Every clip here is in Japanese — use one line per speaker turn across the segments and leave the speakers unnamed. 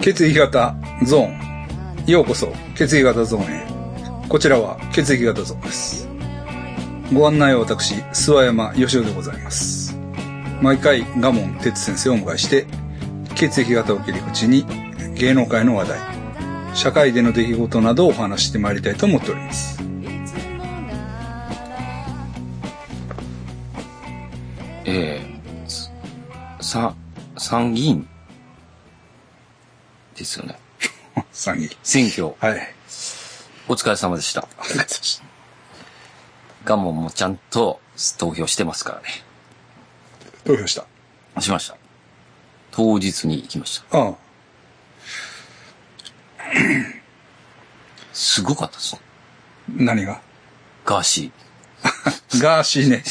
血液型ゾーン。ようこそ、血液型ゾーンへ。こちらは血液型ゾーンです。ご案内は私、諏訪山義雄でございます。毎回、賀門哲先生をお迎えして、血液型を切り口に、芸能界の話題、社会での出来事などをお話ししてまいりたいと思っております。
えーすさ、参議院ですよね。
参議。
選挙、
はい。
お疲れ様でした。
ありがとうございました
ガモンもちゃんと投票してますからね。
投票した。
しました。当日に行きました。
ああ。
すごかったですね。
何が
ガーシ
ガーシーね。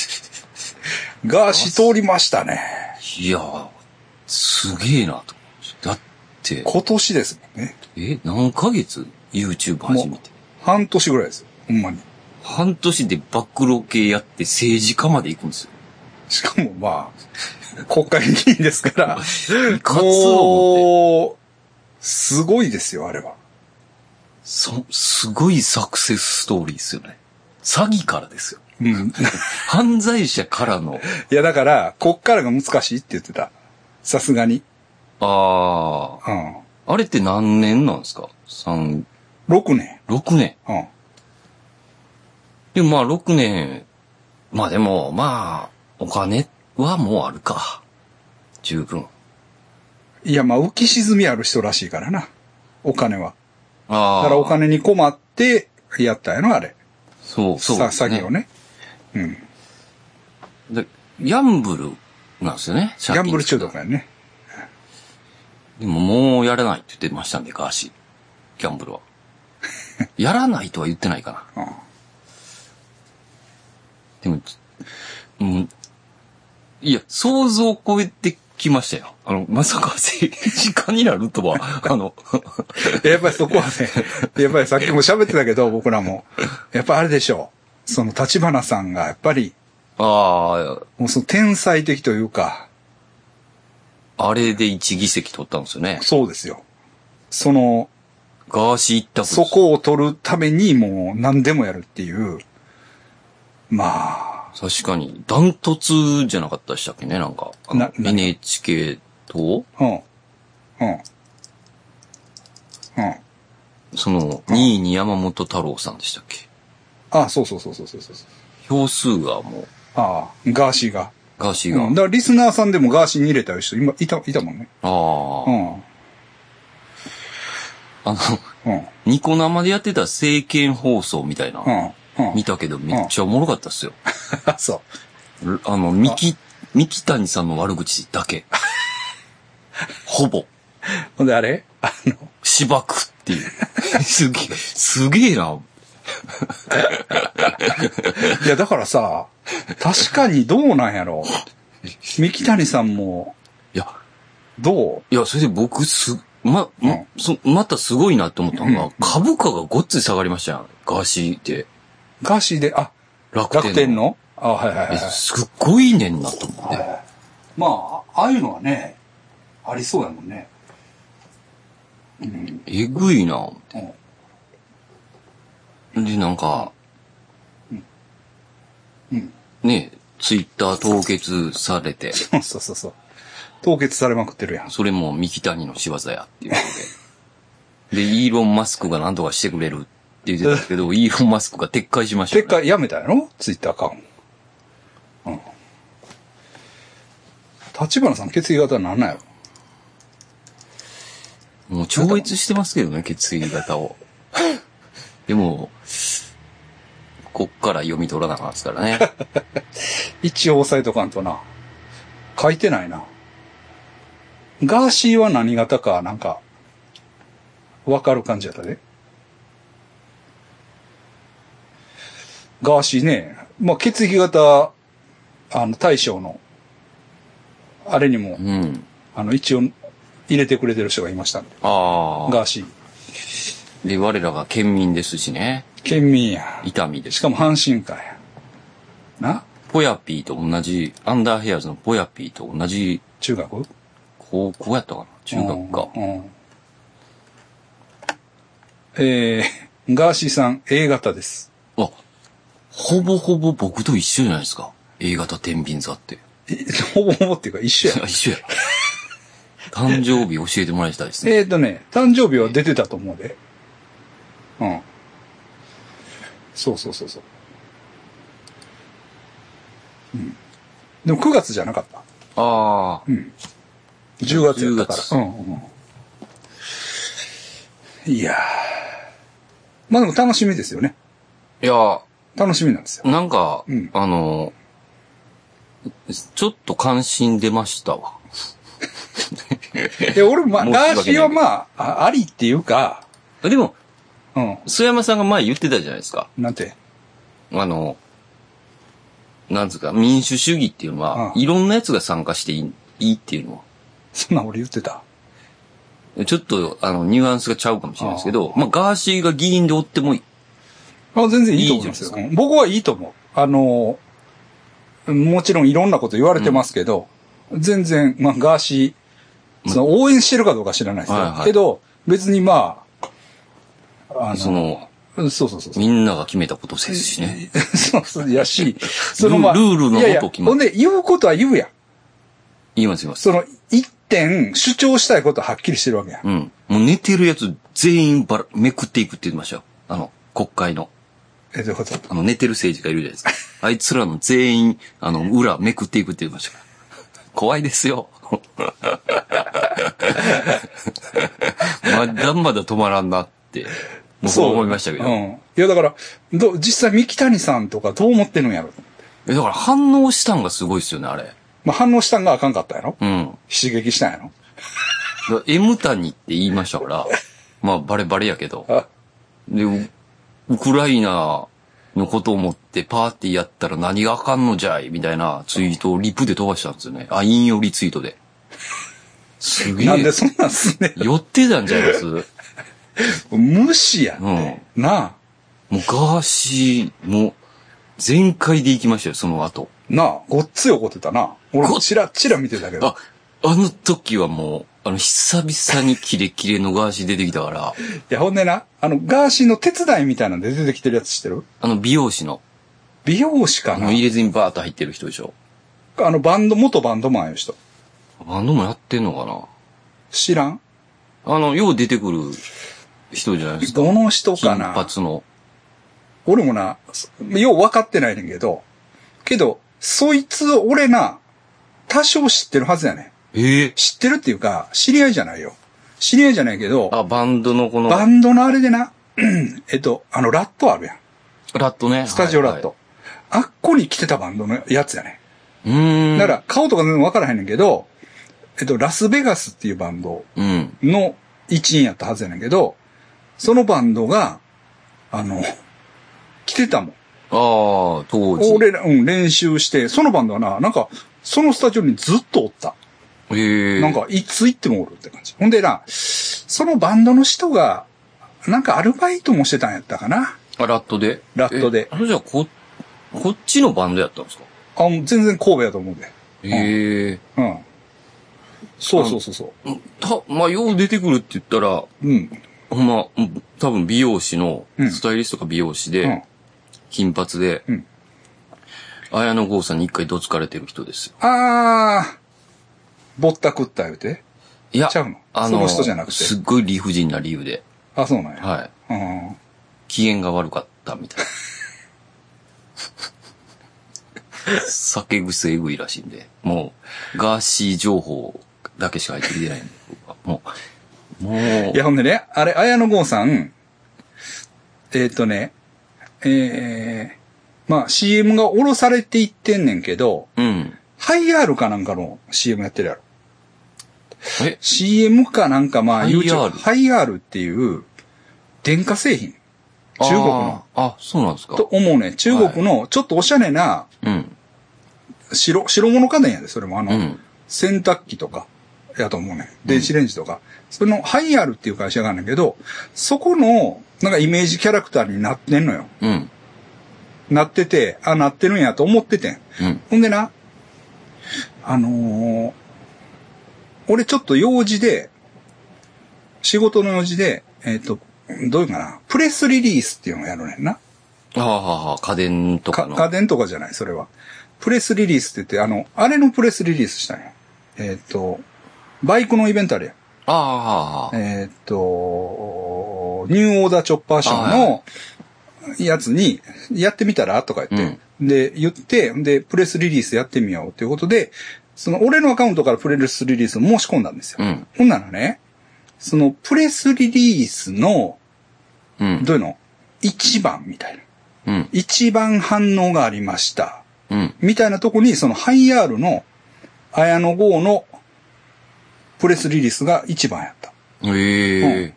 ガーシー通りましたね。
ー。いやー、すげえなと思って。だって、
今年ですもんね。
え、何ヶ月 ?YouTube 始めて。
半年ぐらいですよ。ほんまに。
半年で暴露系やって政治家まで行くんですよ。
しかもま あ、国会議員ですから、
いかつ思って。
もう、すごいですよ、あれは。
そ、すごいサクセスストーリーですよね。詐欺からですよ。
うん。
犯罪者からの、
いや、だから、こっからが難しいって言ってた。さすがに。
あ
うん。
あ、あれって何年なんですか三、
6年。
六年。
うん。
でもまあ六年、まあでも、まあ、お金はもうあるか。十分。
いや、まあ、浮き沈みある人らしいからな。お金は。
ああ。
だからお金に困って、やったんやの、あれ。
そう、そう、
さ詐欺を。ね。うん。ギ
で、ギャンブルなんですよね。ギ
ャンブル中毒。やね。
でももうやらないって言ってましたんで、ガーシー。ギャン ブルは。やらないとは言ってないかな。
うん。
でも、うん。いや、想像を超えてきましたよ。あの、まさか政治家になると は、あの、
やっぱりそこはね、 やっぱりさっきも喋ってたけど、僕らも。やっぱあれでしょう。その立花さんが、やっぱり、
あ
もうその天才的というか、
あ、あれで一議席取ったんですよね。
そうですよ。その、
ガーシー一択です
そ。こを取るためにもう何でもやるっていう、まあ、
確かに、ダントツじゃなかったでしたっけね、なんか。あの
なな
NHK と、
うん、うん、うん。
その、2位に山本太郎さんでしたっけ。
あそうそうそうそうそうそう。
票数がもう、
ああ、ガーシーが。
ガーシーが。
うん、だからリスナーさんでもガーシーに入れた人、今、いた、いたもんね。
ああ、
う
あの、
ん、うん、
ニコ生でやってた政見放送みたいな。
うん、うん
見。たけど、めっちゃおもろかったっすよ。
そう。
あの、三木、三木谷さんの悪口だけ。ほぼ、
ほんであれあの、
芝くっていう。すげえ、すげえな。
いや、だからさ、確かにどうなんやろ三木谷さんも、
いや、
ど
いや、それで僕、す、ま、
う
ま
ん、
そまたすごいなって思ったの
うん
が、株価がごっつい下がりましたやん。ガーシーって、
うガーシーで、あ、
楽天の。
楽天のあ、はいはいは
え
い。
すっごいねんなと思って。
まあ、ああいうのはね、ありそうやもんね。 うん。
えぐいな。
うん
で、なんか、
うん。
ね、ツイッター凍結されて、
そうそうそうそう。凍結されまくってるやん。
それも三木谷の仕業やっていうことで。で、イーロン・マスクが何とかしてくれるって言ってたけ ど、イーロン・マスクが撤回しました、ね。
結果やめたやろツイッターアカウント。うん。立花さん決意型なんなんやろ
もう超越してますけどね、決意型を。でも、こっから読み取らなあかんですから ね。
一応押さえとかんとな。書いてないな。ガーシーは何型か、なんか、わかる感じやったで。ガーシーね、まあ、血液型、あの、大将の、あれにも
う、ん。
あの、一応、入れてくれてる人がいましたんで。
ああ。
ガーシー。
で、我らが県民ですしね。
県民や。
痛みで
し
す。
かも阪神かや。な
ポヤピーと同じ、アンダーヘアーズのポヤピーと同じ
中学
高校やったかな中学か。
うん。うんえー、ガーシーさん A 型です。
あ、ほぼほぼ僕と一緒じゃないですか。A 型天秤座って。
えほぼほぼっていうか一緒や
いや。一緒や。誕生日教えてもらいたいですね。
えーとね、誕生日は出てたと思うで。うん。そうそうそうそう。うん。でも9月じゃなかった。
ああ。
10月やったか
10月
ら。うんうんうん。いやー。まあでも楽しみですよね。
いや、
楽しみなんですよ。
なんか、
うん
あの、ちょっと関心出ましたわ。
で、俺も、まあ、
申し訳な
ガ
い
ーシーはまあ、あありっていうか、
でも、
うん。
須山さんが前言ってたじゃないですか。
なんて。
あの、なんつうか、民主主義っていうのは、
うん
いろんなやつが参加していいいいっていうの
そんなん俺言ってた。
は、ちょっと、あの、ニュアンスがちゃうかもしれないですけど、まあ、ガーシーが議員でおってもいい。
あ全然いいと思いますよ。
いいじゃ
うん僕はいいと思う。あの、もちろんいろんなこと言われてますけど、全然、まあ、ガーシー、その応援してるかどうか知らないですよ。
はいはい
けど、別にまあ、あ
その、
うんそうそうそう そう。
みんなが決めたことですしね。
そうそう、や し、そのまあ、
ルールの
いやいや
ごときも
ほんで、言うことは言うやん。
言います言います。
その、一点主張したいことははっきりしてるわけやん。
うん。もう寝てるやつ全員ばら、めくっていくって言ってましたよ。あの、国会の。
え、どういうこと
あの、寝てる政治家いるじゃないですか。 あいつらの全員、あの、裏めくっていくって言いましたから。怖いですよ。 まだまだ止まらんなって、僕は思いましたけど。
うん。いや、だから、どう実際三木谷さんとかどう思ってるんやろ。
えだから反応したんがすごいですよね、あれ。
まあ、反応したんがあかんかったやろ
うん。
刺激したんやろ
だから M 谷って言いまし たから、まあ、バレバレやけど。
あ
で、ウウクライナのことを思ってパーティーやったら何があかんのじゃいみたいなツイートをリプで飛ばしたんですよね。あ、引用リツイートで。すげ
なんで
え。
そんなんすんね
寄ってたんじゃないですうん。
ん無視やん。
も
なあ、
うガーシーも全開で行きましたよ、その後。
なあ、ごっつい怒ってたな。俺もチラッチラ見てたけど
あ。、あの時はもう、あの、久々にキレキレのガーシー出てきたから、
いや、ほんでな、あの、ガーシーの手伝いみたいなんで出てきてるやつ知ってる
あの美容師の、
美容師か
あ
な
の入れずにバーッと入ってる人でしょ。
あの、バンド、元バンドマンいう人。
バンドもやってんのか
知らん
なあの、よう出てくる人じゃないですか。
どの人か
金
な
髪の。
俺もな、そよう分かってないねんけど、けど、そいつ、俺な、多少知ってるはずやねん。
ええ
知ってるっていうか、知り合いじゃないよ。知り合いじゃないけど、
あ、バンドのこの、
バンドのあれでな、 うんえっと、あの、ラットあるやん。
ラットね。
スタジオラット。あ
は
っこに来てたバンドのやつやね。
いはい。うーん。
だから、顔とか全然わからへんねんけど、えっと、ラスベガスっていうバンド
うん。
の一員やったはずやねんけど、そのバンドが、あの、来てたもん。
ああ、当時。
俺ら、うん、練習して、そのバンドはな、なんか、そのスタジオにずっとおった。
ええ
なん、か、いつ行ってもおるって感じ。ほんでな、そのバンドの人が、なんかアルバイトもしてたんやったかな。
あラットで
ラットで
えあれじゃあ、こ、こっちのバンドやったんですか
あ、もう全然神戸やと思うで。
ええ
うん。そうそうそうそう。
た、まあ、よう出てくるって言ったら、
うん。
ほんま、うん多分美容師の
う、ん
スタイリストか美容師
うん
で、金髪で
うん、
綾野剛さんに一回どつかれてる人ですよ。
あー、ぼったくった言うて。
いや
ちゃうの、その人じゃなくて
すっごい理不尽な理由で、
あ、そうなんや。
はい。
うん。
機嫌が悪かったみたいな。酒癖えぐいらしいんで、もう、ガーシー情報だけしか入ってきてないんで、僕はもう、もう、
いや、ほんでね、あれ、綾野剛さん、えーっ、とね、えー、まあ CM が降ろされていってんねんけど、
うん。
ハイアールかなんかの CM やってるやろ。
え、
CM かなんかまあ
ハイアール
YouTube、ハイアールっていう電化製品。中国の。
あー。あ、そうなんですか
と。思うね。中国のちょっとおしゃれな
うん。
白、白物家電やで、それもあ
う
の、
ん。
洗濯機とか、やと思うね。電子レンジとか。その、ハイアルっていう会社があるんだけど、そこの、なんかイメージキャラクターになってんのよ。
うん。
なってて、あ、なってるんやと思っててん。
うん。
ほんでな、あのー俺ちょっと用事で、仕事の用事で、えっ、と、どういうかな、プレスリリースっていうのをやるねんな。
ああ、はあ、家電とか
か
の。
家電とかじゃない、それは。プレスリリースって言って、あの、あれのプレスリリースしたんや。えーっ、と、バイクのイベントあるやん。
ああ、はあ、はあ。
えーっ、と、ニューオーダーチョッパーショーのやつに、やってみたらとか言って、で、言って、で、プレスリリースやってみようということで、その、俺のアカウントからプレスリリースを申し込んだんですよ。
うん。
ほんならね、その、プレスリリースの、
うん。
どういうの一番みたいな。
うん。
一番反応がありました。
うん。
みたいなとこに、そのハイアールの綾野剛のプレスリリースが一番やった。
え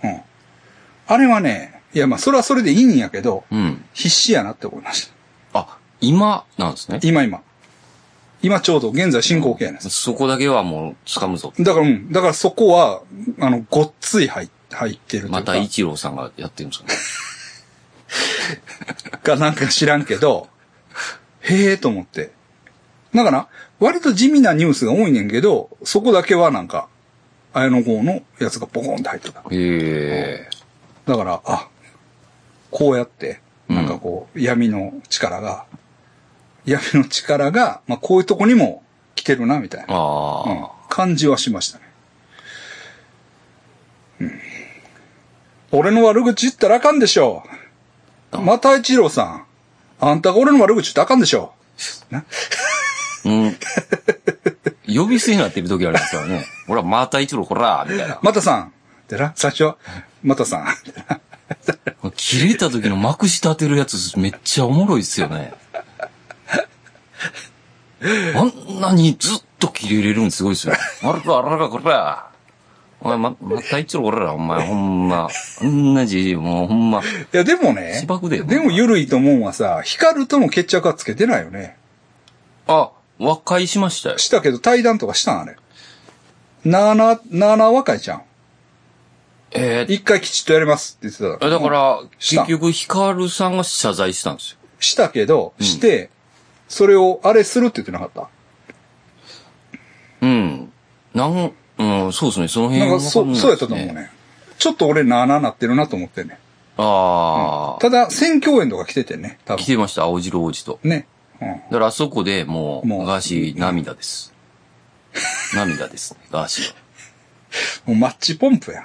え。
うん。あれはね、いやまあそれはそれでいいんやけど、
うん。
必死やなって思いました。
あ、今なんですね。
今今。今ちょうど現在進行形なんです。
そこだけはもう掴むぞ。
だから、うん。だからそこは、あの、ごっつい入っ入ってるとい
ま
うか
た、一郎さんがやってるんです かね。
かなんか知らんけど、へえと思って。だから、割と地味なニュースが多いねんけど、そこだけはなんか、綾野剛のやつがボコンって入ってた。
ええ。
だから、あ、こうやって、
うん
なんかこう、闇の力が、闇の力が、まあこういうとこにも来てるな、みたいな、う
あ
ん感じはしましたね。うん、俺の悪口言ったらあかんでしょう。また一郎さん。あんたが俺の悪口言ったらあかんでしょう。な
あ。うん。呼び捨てになってる時ありますからね。ほら、また一郎、ほら、みたいな。
またさん。でな、最初は、またさん。
切れた時のまくし立てるやつめっちゃおもろいっすよね。あんなにずっと切れれるんすごいっすよ。あららあららこら。お前ま、また一郎こら、お前ほんま。あんなじ、もうほんま。
いや、でもね。
芝生だよ
でも、ゆるいと思うんはさ、光るとの決着はつけてないよね。
あ、和解しましたよ。
したけど、対談とかしたんあれ。なあなあ、なあなあ若いじゃん。
えー
一回きちっとやりますって言ってた
えだか。ら、
した
結局、ヒカルさんが謝罪したんですよ。
したけど、
ん
して、それを、あれするって言ってなかった。
うん。なん、うん、そうですね、その辺
なん
は
か、そ
わん
う、
ない
そうやったと思う
です。
ね。ちょっと俺、なあなあなってるなと思ってね。
ああ、
ただ、選挙演とか来ててね、多
来
分。
てました、青白王子と。
ね。うん。
だからあそこでもう、
もう
ガーシー涙です。涙ですね、ガーシーは。
もうマッチポンプやん。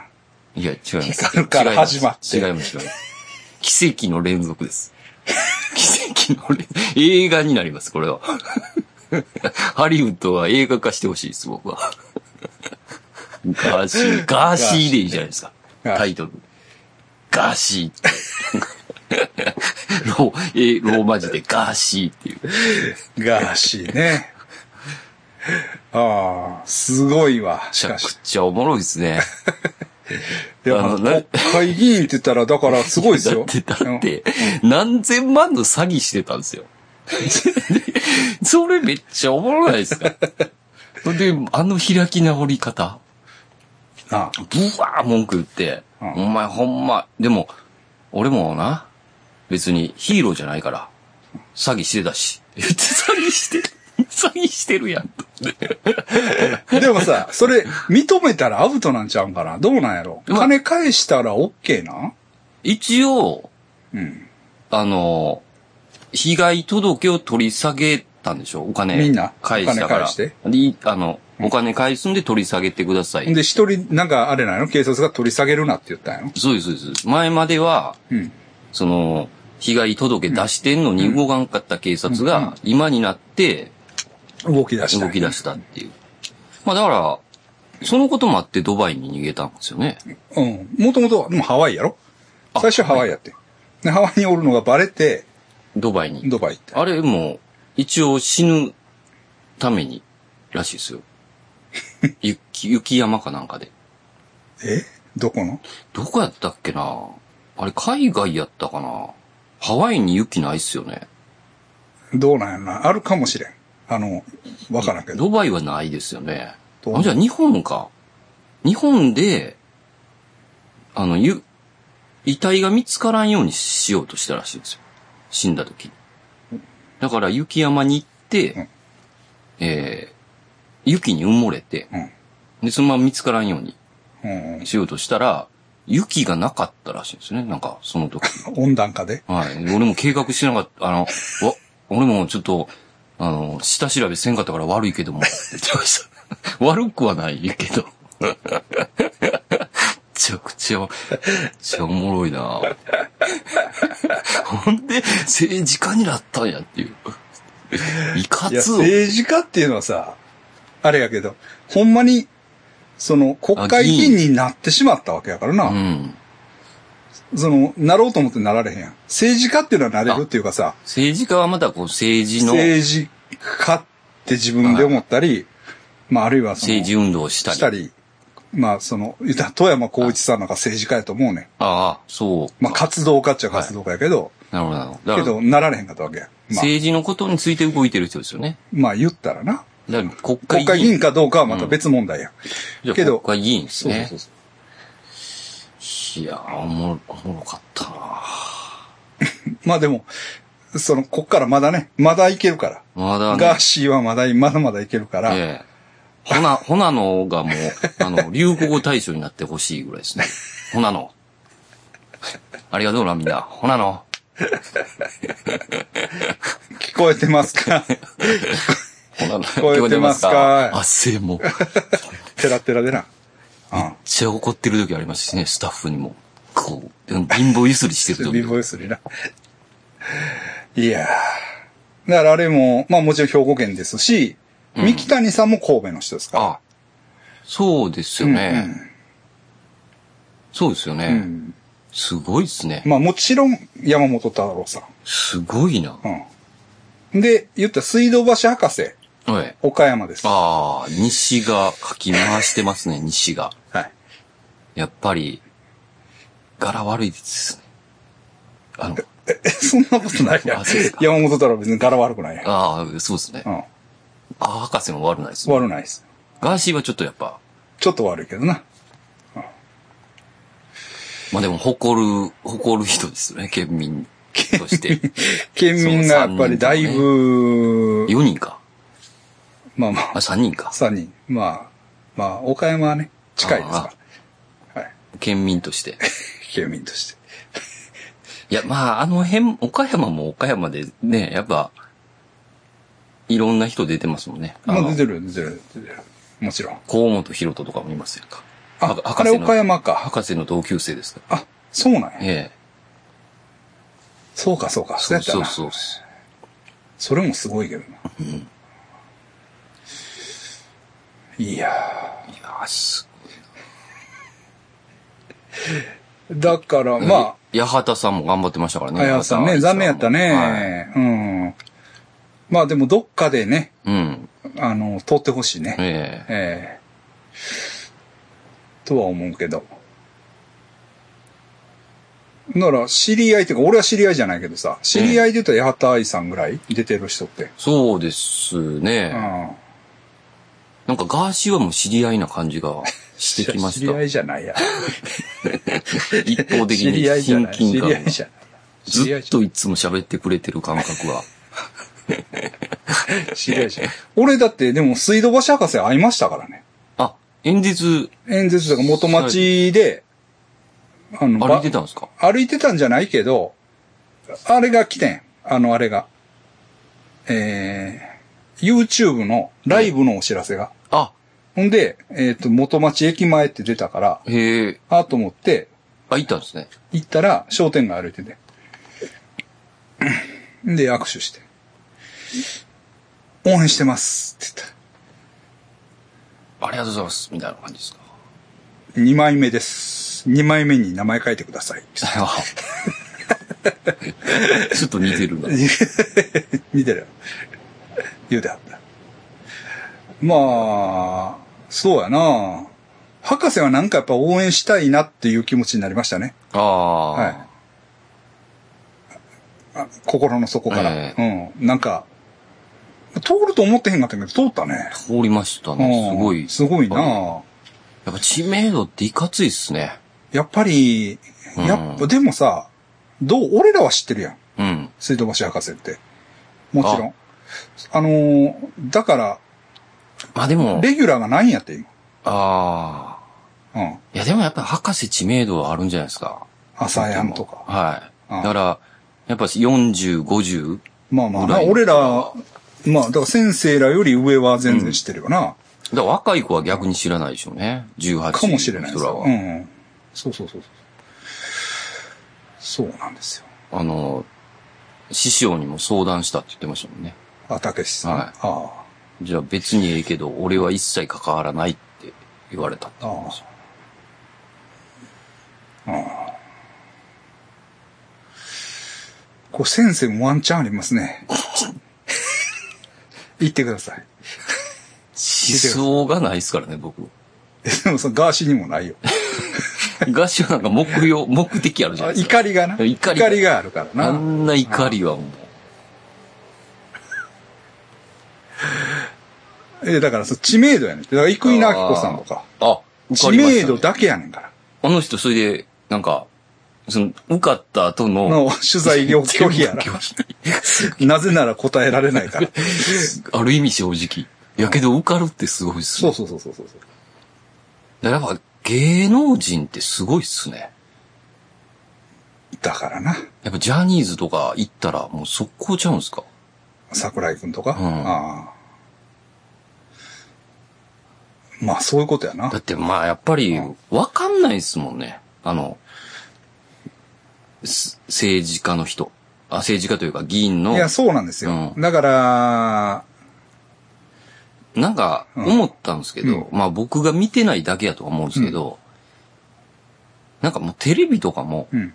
いや、違います。
光から始まって
違います、違います。奇跡の連続です。 奇跡の連続。映画になります、これは。 ハリウッドは映画化してほしいです、僕は。ガーシー、ガーシーでいいじゃないですか。
ガーシー
タイトル。ガーシー。 ロー、えローマ字でガーシーっていう。
ガーシーね。ああ、すごいわ。
めち
し
ゃ
か
く
し。
ちゃおもろいですね。
いや
あの
国会議員って言ったら、だからすごいですよ。
だって、だって、何千万の詐欺してたんです よ。それめっちゃおもろないですか。それで、あの開き直り方、
うん。なあ
ブワー文句言って、
うん
お前ほんま、でも、俺もな、別にヒーローじゃないから、詐欺してたし。 言って詐欺してる。詐欺してるやん。
でもさ、それ、認めたらアウトなんちゃうんかなどうなんやろ
まあ
金返したら OK な
一応、
うん。
あの、被害届を取り下げたんでしょお金。
みんな
返したか
お金
ら。
返して
でいあの、お金返すんで取り下げてください。
で、一人、なんかあれなの警察が取り下げるなって言ったんやろ
そうです、そうです。前までは、
うん。
その、被害届出してんのに動かんかった警察が、今になって
動き出した。
動き出したっていう。まあだから、そのこともあってドバイに逃げたんですよね。
うん。もともとは、でもハワイやろ
あ
最初ハワイやって。で、ハワイにおるのがバレて、
ドバイに。
ドバイ行って。
あれも、一応死ぬために、らしいですよ。雪、雪山かなんかで。
えどこの
どこやったっけなあれ、海外やったかなハワイに雪ないっすよね。
どうなんやろなあるかもしれん。あの、わからんけど。
ドバイはないですよね。
どう
あ、じゃあ日本か。日本で、あの、ゆ、遺体が見つからんようにしようとしたらしいんですよ。死んだ時に。だから雪山に行って、
うん
えー、雪に埋もれて、
うん
で、そのまま見つからんように
うんうん。
しようとしたら、雪がなかったらしいんですね。なんか、その時。
温暖化で。
はい。俺も計画してなかった。あの、わ、俺もちょっと、あの、下調べせんかったから悪いけども。って 言ってました。悪くはないけど。 めちゃくちゃ、めっちゃおもろいなほんで、政治家になったんやっていう。いか
いや、
つを。
政治家っていうのはさ、あれやけど、ほんまに、その、国会議員になってしまったわけやから
う
な。
ん。
その、なろうと思ってなられへんやん。政治家っていうのはなれるっていうかさ、
政治家はまたこう政治の
政治家って自分で思ったり、まあ、あるいはその、
政治運動をしたり。
したり、まあ、その、言ったら富山光一さんなんか政治家やと思うねん。
ああ、そう。
まあ、活動家っちゃ活動家やけど、
なるほどなるほど。だ
け
から、
ど、なられへんかったわけや。まあ、
政治のことについて動いてる人ですよね。
まあ、言ったらな。
だから国
国
会
会
議
議
員
員かどうかはまた別問題や。
じゃあ
けど
国会議員ですね。
そう。
いやー、おもろ、おもろかったな
まあでも、その、こっからまだね、まだいけるから。
まだね。
ガーシーはまだい、まだまだいけるから、
ええほな、ほなのがもう、あの、 流行語大賞になってほしいぐらいですね。ほなの。ありがとうな、みんな。ほなの。
聞こえてますか
ほなの。聞
こえてますか
汗も。めって
らってらでな。うん。
ちゃ怒ってる時ありますしね、スタッフにも。こう、貧乏ゆすりしてる
貧
時。
乏ゆすりな。いやーだからあれも、まあもちろん兵庫県ですし、三木谷さんも神戸の人ですから。
あ、そうですよね。そうですよね。
うん。
すごいですね。
まあもちろん山本太郎さ
すごいな。
ん。うん。で、言ったら水道橋博士、
おい。
岡山です。は
ああ、西がかき回してますね、西が。
い。
やっぱり、柄悪いですね。あの、
え、そんなことないやん
あそうですか。
山本太郎別に柄悪くないやん。
ああ、そうですね
う。ん。
あ博士も悪ないですね。
悪ないです。
ガーシーはちょっとやっぱ、
ちょっと悪いけどな。
まあでも誇る、誇る人ですよね、県民 として。
県民がやっぱりだいぶ、
4人か。
まあまあ
あ、、3人か。
3人。まあ、まあ、岡山はね、近いですから。はい。
県民として。
県民として。
いや、まあ、あの辺、岡山も岡山でね、やっぱ、いろんな人出てますもんね。あ
まあ、
の
出てる、出てる、出てる。もちろん。
河本博人とかもいますよか。
あ
は、
あれ岡山か。
博士の同級生ですから。
あ、そうなんや。
ええ。
そうか、そうか。そうやった
そう
な。
そう。
それもすごいけどな。いや
いやー、す
ーだから、
ごい。
ま
八幡さんも頑張ってましたから
あ、
ね。
あやさんね、残念やった
はい
ね。うん。まあでも、どっかでね、
うん。
あの、通ってほしいね。
ええ。
ええとは思うけど。なら、知り合いっていうか、俺は知り合いじゃないけどさ、知り合いで言ったら八幡愛さんぐらい出てる人って。
そうです
う
ね。
ん。
なんかガーシーはもう知り合いな感じがしてきまし
知り合
た。
いじゃないや。
一方的
知
に
り合いじゃ
親
ない。知
近
り
感
合
が
い。じゃない。知り
ず
合い
っ
じゃ
といつも喋ってくれてる感覚は。
ない。知り合いじゃない。俺だって、でも、水道橋博士会いましたからね。
あ、演説
演説とか元町で、あの
歩いてたんですか
歩いてたんじゃないけど、あれが来てん。あの、あれが。えー、YouTube のライブのお知らせが。
あ、
ほんで、えっ、と、元町駅前って出たから、
へえ。
あーと思って、
あ、いたんですね。
行ったら商店街歩いてて。で、握手して。応援してますって
ありがとうございます。みたいな感じです か。
言った。2枚目です。2枚目に名前書いてくださいって
あちょっと似てるな。
似てる。 言うてはった。まあ、そうやな博士はなんかやっぱ応援したいなっていう気持ちになりましたね。
ああ、
はいあ心の底から。
え
うん。なんか、通ると思ってへんかったけど、通ったね。
通りました
うん
ね。すごい。
すごい
やっ
な
ぱ知名度っていかついっすね。
やっぱり、
うん
やっぱ、でもさ、どう、俺らは知ってるやん。
うん。
水道橋博士って。もちろん。あのーだから、
まあでも、
レギュラーがないんやって、今。
ああ、
うん。
いや、でもやっぱ博士知名度はあるんじゃないですか。
朝やんとか。
はい。
うん
だから、やっぱ40、50、
まあまあ
ぐ
な、
らい
俺ら、まあ、だから先生らより上は全然知ってるよな。
だから若い子は逆に知らないでしょうね。18
かもしれないで
人
す
ら
よ。
は、
うんうん。そうそうそうそう。そうなんですよ。
あの、師匠にも相談したって言ってましたもんね。
あ、たけしさん。
はい
ああ。
じゃあ別にええけど、俺は一切関わらないって言われたって言ってました。
これ先生もワンチャンあります ね。言ってください。
思想がないですからね、僕。
えでもそのガーシーにもないよ。
東はなんか目標、目的あるじゃないですか。
怒りがな。
怒りが
があるから
あ
な。
んな怒りはもう。
え、だからその知名度やねんて。だから生稲晃子さんとか。
あ、受
知
かりまし
名
たね
度だけやねんから。
あの人、それで、なんか、その、受かった後の、
の取材 を拒否やな
全部。
なぜなら答えられないから。
ある意味正直。いやけど受かるってすごいっす
そう
ね。
そうそうそうそう。
だからやっぱ芸能人ってすごいっすね。
だからな。
やっぱジャニーズとか行ったらもう速攻ちゃうんすか
桜井くんとか。
うん
ああまあ、そういうことやな
だ。ってまあやっぱりわかんないっすもんね。あの、す政治家の人。あ、政治家というか議員の
い、や、そうなんですよ。
う
だから、
なんか思ったんですけど、
う
まあ僕が見てないだけやとは思うんですけど、なんかもうテレビとかも、
うん。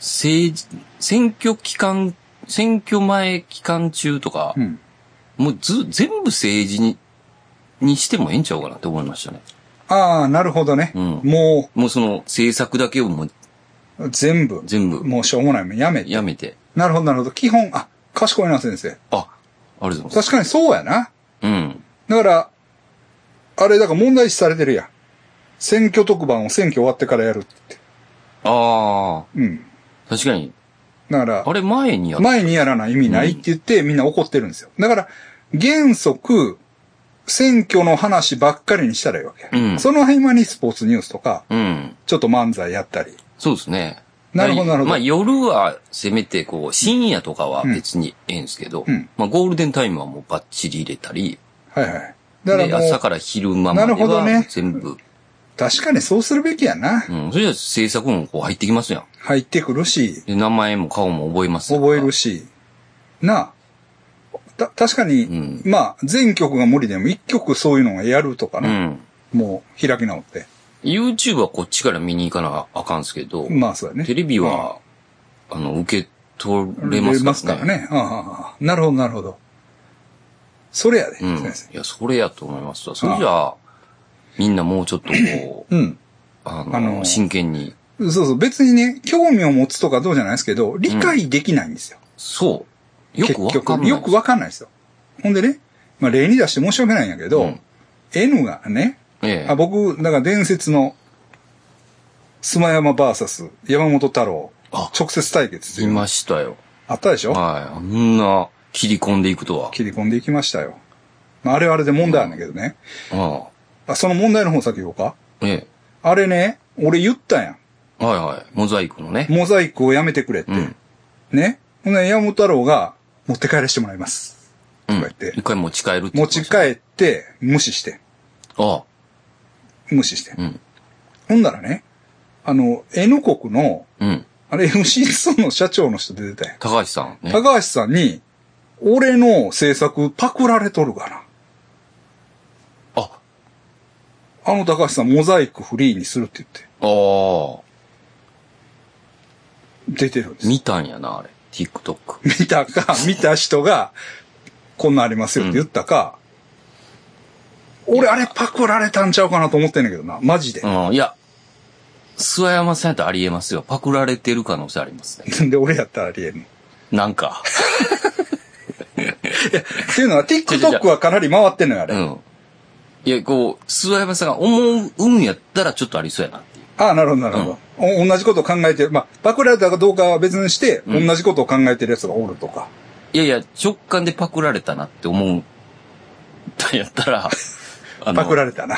政治、選挙期間、選挙前期間中とか
う、ん。
もうず、全部政治に、にしてもええんちゃうかなって思いましたね。
ああ、なるほどね。
うん
も
もうその政策だけをもう
う、全部、
全部
もうしょうもないもん。やめて。
やめて。
なるほど、なるほど。基本、あ、賢いな、先生。
あ、ありがとうございます。
確かにそうやな。
うん。
だから、あれ、だから問題視されてるやん。選挙特番を選挙終わってからやるって。
あ
うん。
あ、確かに。
だから
あ、れ前にやっ
前にやらない意味ないって言ってみんな怒ってるんですよ。だから、原則、選挙の話ばっかりにしたらいいわけ。
うん
その合間にスポーツニュースとか、
うん。
ちょっと漫才やったり。
そうですね。
なるほど
ま
な
あ
るほど
まあ夜はせめてこう、深夜とかは別にええんですけど、
うん
まあゴールデンタイムはもうバッチリ入れたり、
はいはい。だか
で
らも
朝
う、
から昼間まで
なるほど
は
ね
全部、
確かにそうするべきやな。
うん。それじゃ政策もこう入ってきますやん。
入ってくるし、
で、名前も顔も覚えますやんか
覚えるし。なあ。た、確かに、
うん
まあ、全曲が無理でも一曲そういうのがやるとか
う
な。
ん。
もう、開き直って。
YouTube はこっちから見に行かなあかんすけど、
まあ、そうやね。
テレビは、あの、受け取れますからね。
ね。ああああなるほど、なるほど。それやで、
うん。い
先生。
や、それやと思いますわ。それじゃあ、みんなもうちょっとこう、
うん。
あの、
あの
真剣に。
そうそう、別にね、興味を持つとかどうじゃないですけど、理解できないんですよ。
そう。よくわかんない。
よくわかんないですよ。ほんでね、まあ例に出して申し訳ないんやけど、
うん
N がね、
え
あ僕、だから伝説の、須磨山バーサス山本太郎、
あ
直接対決って
え。い
いうの
ましたよ。
あったでしょ
はい。あんな、切り込んでいくとは。
切り込んでいきましたよ。まあ、あれはあれで問題あるんだけどね。
あ
あ、その問題の方先言おうか。
あえ
あれね、俺言ったやん。
え。はいはい。モザイクのね。
モザイクをやめてくれって。
うん
ね。ほんで、山本太郎が、持って帰らせてもらいます。
う
と
ん
か言って。
一回持ち帰るって言
持
って
ち
ました
帰って、無視して。
あ
無視して
あ。。うん。
ほんならね、あの、N 国の、
うん。
あれ MC の社長の人出てたやん。
高橋さんね。
高橋さんに、俺の制作パクられとるかな。
あ、
あの高橋さんモザイクフリーにするって
ああ、
言って、出てるんですよ。
見たんやな、あれ。TikTok。
見たか、見た人が、こんなんありますよって言ったか、俺あれパクられたんちゃうかなと思ってんだけどな、マジで。
うん、いや、諏訪山さんやったらありえますよ。パクられてる可能性ありますね。
で、俺やったらありえんの。
なん か。
っていうのは、TikTok はかなり回ってんのよ、あれ。
う
あ
ん。いや、こう、諏訪山さんが思うんやったらちょっとありそうやなっていう。
あ、なるほど、なるほど。お同じことを考えてる。まあ、パクられたかどうかは別にして、
うん
同じことを考えてる奴がおるとか。
いやいや、直感でパクられたなって思ったんやったら、あ
パク
の、
られ たな。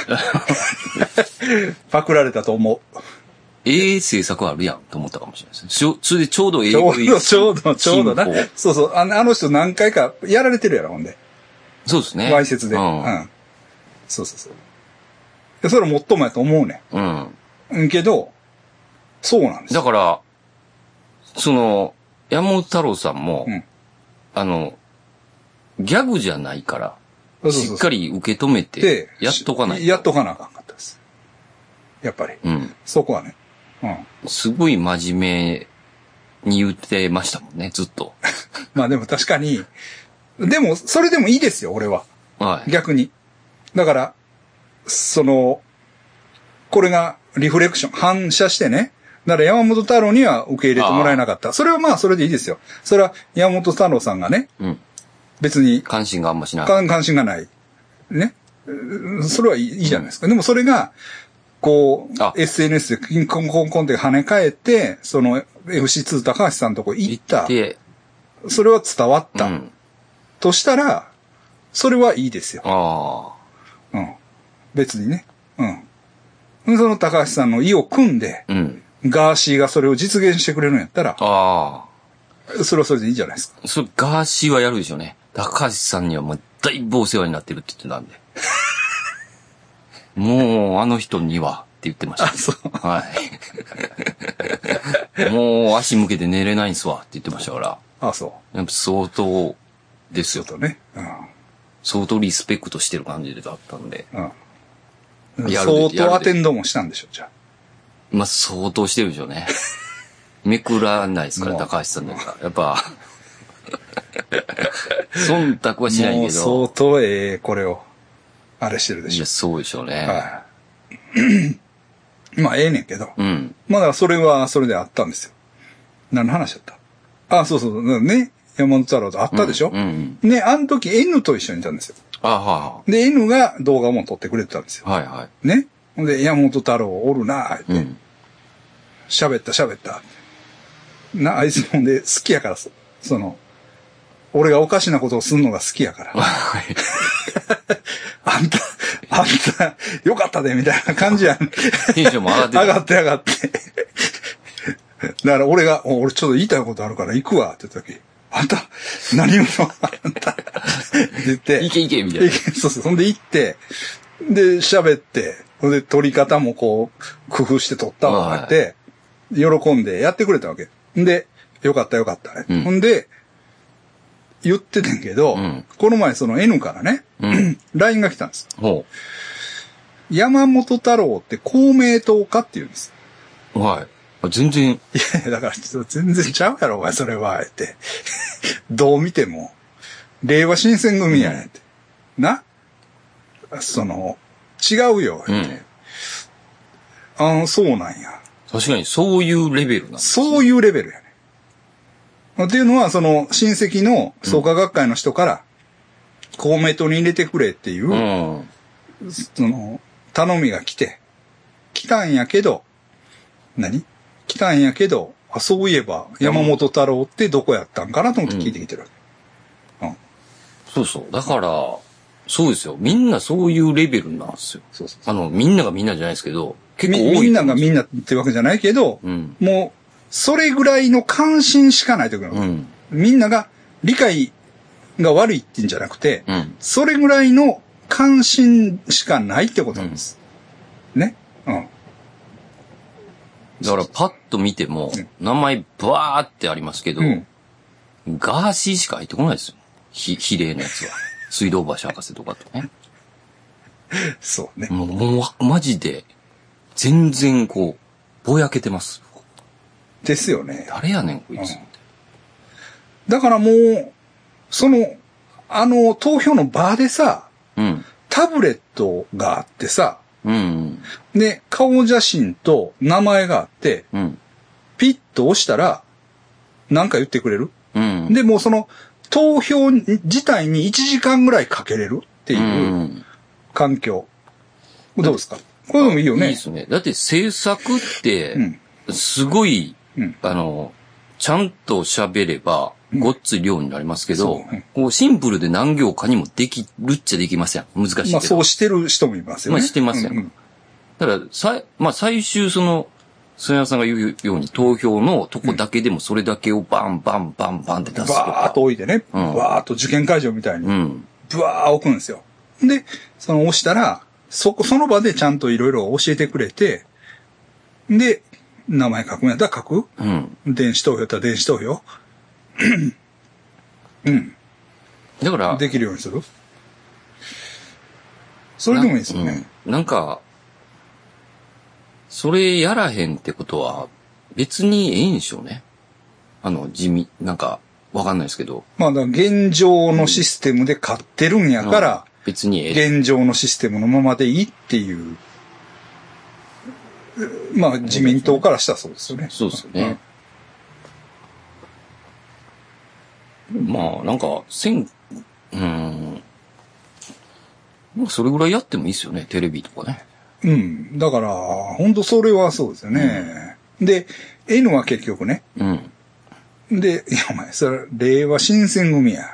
パクられたと思う。
ええ制作あるやんと思ったかもしれないですねしょ。それでちょうど AV
ちょうど、ちょうど、ちょうどな
進行。
そうそう。あのあの人何回かやられてるやろ、ほんで。
そうですね。
わいせつで。
う
うん。
ん。
そうそうそうで。それは最もやと思うね
うん。
ん。うんけど、そうなんです
だ
よ。
から、その、山本太郎さんも、
うん
あの、ギャグじゃないから、
そうそう
し
そう
っかり受け止めて
で、、
やっとかない。
やっとかなあかんかったです。やっぱり。
うん。
そこはね。うん。
すごい真面目に言ってましたもんね、ずっと。
まあでも確かに、でも、それでもいいですよ、俺は。
はい。
逆に。だから、その、これがリフレクション、反射してね。だから山本太郎には受け入れてもらえなかった。それはまあそれでいいですよ。それは山本太郎さんがね、
うん。
別に
関心があんましない。
関関心がない。ね。うんそれはいいいいじゃないですか。でもそれが、こ
あ
う、SNS でキンコンコンコンって跳ね返って、その FC2 高橋さんのとこ行った。
で、
それは伝わっ
う
た。
ん。
としたら、それはいいですよ。
あ
うん。別にね。うん。その高橋さんの意を組んで、
あ。うん。
ガーシーがそれを実現してくれるんやったら、
あ
それはそれでいいじゃないですか。
あ。それ、ガーシーはやるでしょうね。高橋さんにはもう、だいぶお世話になってるって言ってた んで。もう、あの人には、って言ってました。
そう。
はい。もう、足向けて寝れないんすわ、って言ってましたから。
あ、そう。
やっぱ相当、です
ちょ
よ
っ。とね。う
相当リスペクトしてる感じだったんで。
ん。うん。
やる
相
やる
当アテンドもしたんでしょ、じゃ
まあ、相当してるでしょうね。 めくらないですから、
もう
高橋さんなんか。やっぱ、忖度はし
あ。
ない
も
け
う
ど。
相当ええ、これを、あれしてるで
い
しょ
や、。そうでしょうね。
はい。 まあ、ええねんけど。
うん。
まあだからそれはそれであったんですよ。何の話だったあ、そうそう、だからね。山本太郎と会ったでしょ、
うんうん。
ね、あの時 N と一緒にいたんですよ。
あは
で、N が動画も撮ってくれてたんですよ。
いはい。はいは
ね。ほんで、山本太郎おるなぁ
い。う
言って、
ん。
喋った喋った。な、あいつもんで好きやから、そその、俺がおかしなことをすんのが好きやから。
はい
あんた、あんた、よかったで、みたいな感じやん。
テンションも上がって
上
た。
がって上がって。だから俺が、お俺ちょっと言いたいことあるから行くわ、って言った時、あんた、何も、あんた、って言って。
いけいけみたいな。
そうそう。そんで行って、で、喋って、ほんで、撮り方もこう、工夫して撮ったわ、
はい
って、喜んでやってくれたわけ。んで、よかったよかった、ね
うん
ほんで、言っててんけど、
うん
この前その N からね、
うん。
LINE が来たんです。
ほ
山本太郎って公明党かって言うんです。
う。はい。あ全然、
いやいや、だからちょっと全然ちゃうやろ、お前、それは、って。 どう見ても、令和新選組やねんって。なその、違うよ、って。
うん
ああ、そうなんや。
確かにそういうレベルなんです。
そういうレベルやねん。っていうのは、その、親戚の創価学会の人から、公明党に入れてくれっていう、
うん。
その、頼みが来て、来たんやけど、何来たんやけど、あ、そういえば、山本太郎ってどこやったんかなと思って聞いてきてる。うん。
そうそう。だから、そうですよ。みんなそういうレベルなんですよ。
そうそうそ
あの、みんながみんなじゃないですけど、
う
結構
み
多い。
みんながみんなってわけじゃないけど、
うん。
もう、それぐらいの関心しかないというか、
うん。
みんなが理解が悪いってんじゃなくて、
うん。
それぐらいの関心しかないってことなんです。ね。うん。
だからパッと見ても
うん、
名前バーってありますけど、
うん
ガーシーしか入ってこないですよ。ひ、比例のやつは。水道橋博士とかってね。
そうね。
もう、もう、マジで、全然こう、ぼやけてます。
ですよね。
誰やねん、こいつ。
だからもう、その、あの、投票の場でさ、
うん。
タブレットがあってさ、
うん。
で、顔写真と名前があって、
うん。
ピッと押したら、なんか言ってくれる
うん。
で、もうその、投票自体に1時間ぐらいかけれるって
う。
いうん環境。どうですかこれでもいいよね。
いいですね。だって制作って
うん、
すごい、
うん
あの、ちゃんと喋れば、ごっつい量になりますけど、
そうね
こうシンプルで何行かにもできるっちゃできません。難しいけど。
まあそうしてる人もいますよね。
まあしてますよ
うんうん
ただ、さい、まあ、最終その、曽山さんが言うように投票のとこだけでもそれだけをバンバンバンバンって出すと
バー
か
っ。と置いてね、
うん
バーっと受験会場みたいに
う、ん。
ブワー置くんですよ。で、その押したら、そこ、その場でちゃんといろいろ教えてくれて、で、名前書くんやったら書く
うん。
電子投票やったら電子投票
だから、
できるようにするそれでもいいですよね。
うんなんか、それやらへんってことは、別にええんでしょうね。あの、地味、なんか、わかんないですけど。
まあ、だから現状のシステムで買ってるんやから、
うん別にええ。
現状のシステムのままでいいっていう、まあ、自民党からしたらそうですよね。
そうですよね。まあ、なんか、千、うーん。まあ、それぐらいやってもいいですよね。テレビとかね。
うん。だから、本当それはそうですよね。で、N は結局ね。
うん。
で、いや、お前、それ、令和新選組や。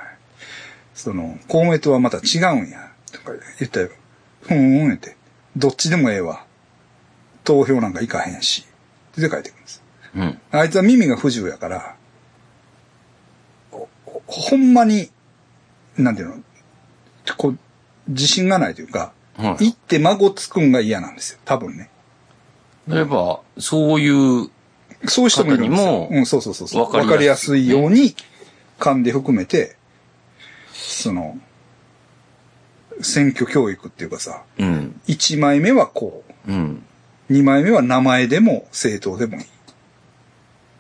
その、公明党はまた違うんや。とか言ったよ。ふーん、言って。どっちでもええわ。投票なんか行かへんし。で、書いてくるんです。
うん。
あいつは耳が不自由やから、ほほんまに、なんていうの、こう、自信がないというか、
はい
行って孫つくんが嫌なんですよ。多分ね。
例えば、そういう、
そういう人もいるんですよ。
方にも
うん、そうそうそうそう。
わかりやすい
わかりやすいように、勘で含めて、その、選挙教育っていうかさ、
うん、
1枚目はこ
うん。
う、2枚目は名前でも政党でもいい。っ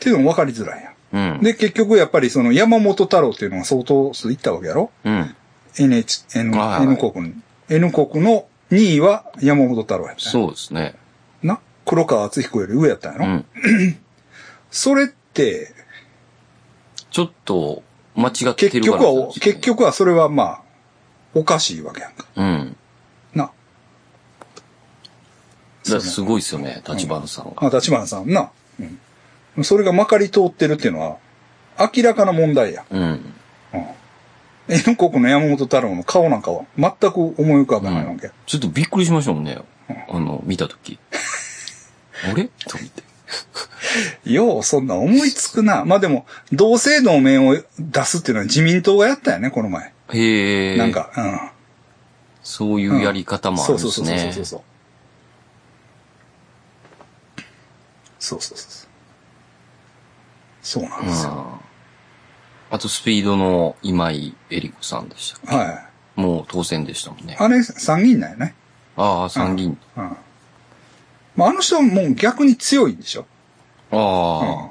ていうのも分かりづらいやん。
うん。
で、結局やっぱりその山本太郎っていうのが相当数いったわけやろ
うん。
?NH、N,
はいはい
N 国に。N 国の2位は山本太郎やったんや
そうですね。
な。黒川敦彦より上やったんや
う
ろ、
ん。
それって、
ちょっと、間違って
結
るか
局
ら、
は、結。局はそれはまあ、おかしいわけやんか。
うん。
な。
だからすごいですよね、立花さんが。
あ、立花さんな。うん。それがまかり通ってるっていうのは、明らかな問題や。
うん。
うん。N 国の山本太郎の顔なんかは全く思い浮かばないわけ。
ちょっとびっくりしましたもんね。あの、見たと き。あれと思って。
よう、そんな思いつくな。まあでも、同姓同名を出すっていうのは自民党がやったよね、この前。
へえ。
なん。か、うん。
そういうやり方もある
そ
ん
う
で
そうそ
す
うそう
ね
そう。そう。そうそうそう。そうなん
う
ですよ。
ん。あと、スピードの今井絵理子さんでした。
はい。
もう当選でしたもんね。
あれ、参議院だよね。
ああ、参議院。
うん。まあ、あの人はもう逆に強いんでしょ。
ああ。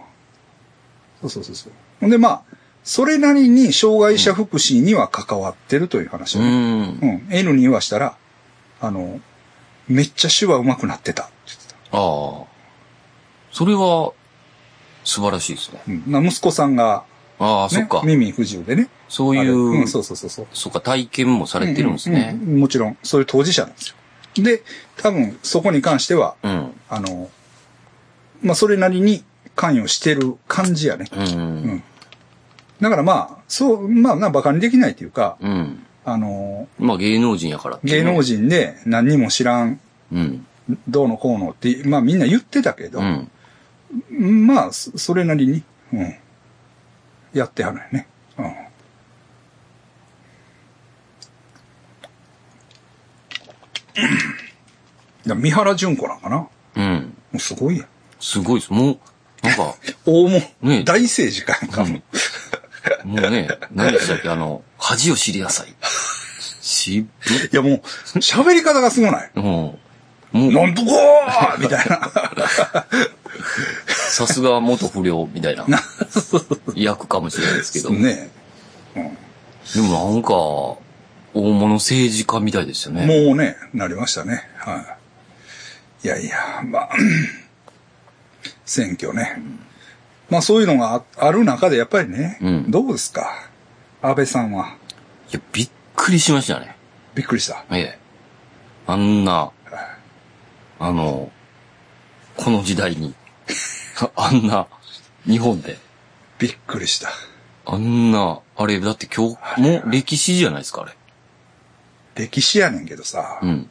うん。そうそうそうそう。ほんで、まあ、それなりに障害者福祉には関わってるという話
う
だね
ん。
うん。N に言わしたら、あの、めっちゃ手話上手くなってたって言ってた。
ああ。それは、素晴らしいですね。
うん。な息子さんが、
ああ、
ね、
そっか。
耳不自由でね。
そうい
あれう
う、
ん、そ
そう
そうそうそう。
っか、体験もされてるんですね
う。んうんもちろん、そういう当事者なんですよ。で、多分、そこに関しては、
うん。
あの、まあ、それなりに関与してる感じやね。
うん。うん。
だからまあ、そう、まあ、な、馬鹿にできないというか、
うん。
あの、
まあ、芸能人やからってい
芸
うの
能人で何にも知らん、
うん。
どうのこうのって、まあみんな言ってたけど、
うん。
まあ、そそれなりに、うん。やってはるよね。うん。だ三原淳子なんかなも
うん。
うすごいやん。
すごいです。もう、な んか、
大物、
ねえ
大政治家やんか。
うんもうね、何でしたっけ、あの、恥を知りなさい。し
いやもう、喋り方がすごない。
ぶ、もう、も
な
う、
んとかーみたいな。
さすが元不良みたいな、役かもしれないですけど。
ね
でもなんか、大物政治家みたいですよね。
もうね、なりましたね。はい。いやいや、まあ、 選挙ね。まあそういうのがあある中でやっぱりね、
うん
どうですか安倍さんは。
いや、びっくりしましたね。
びっくりした。
ええ。あんな、あの、こ の時代に、あんな、日本で、
びっくりした。
あんな、あれ、だって今日も歴史じゃないですか、あれ。
歴史やねんけどさ、
うん。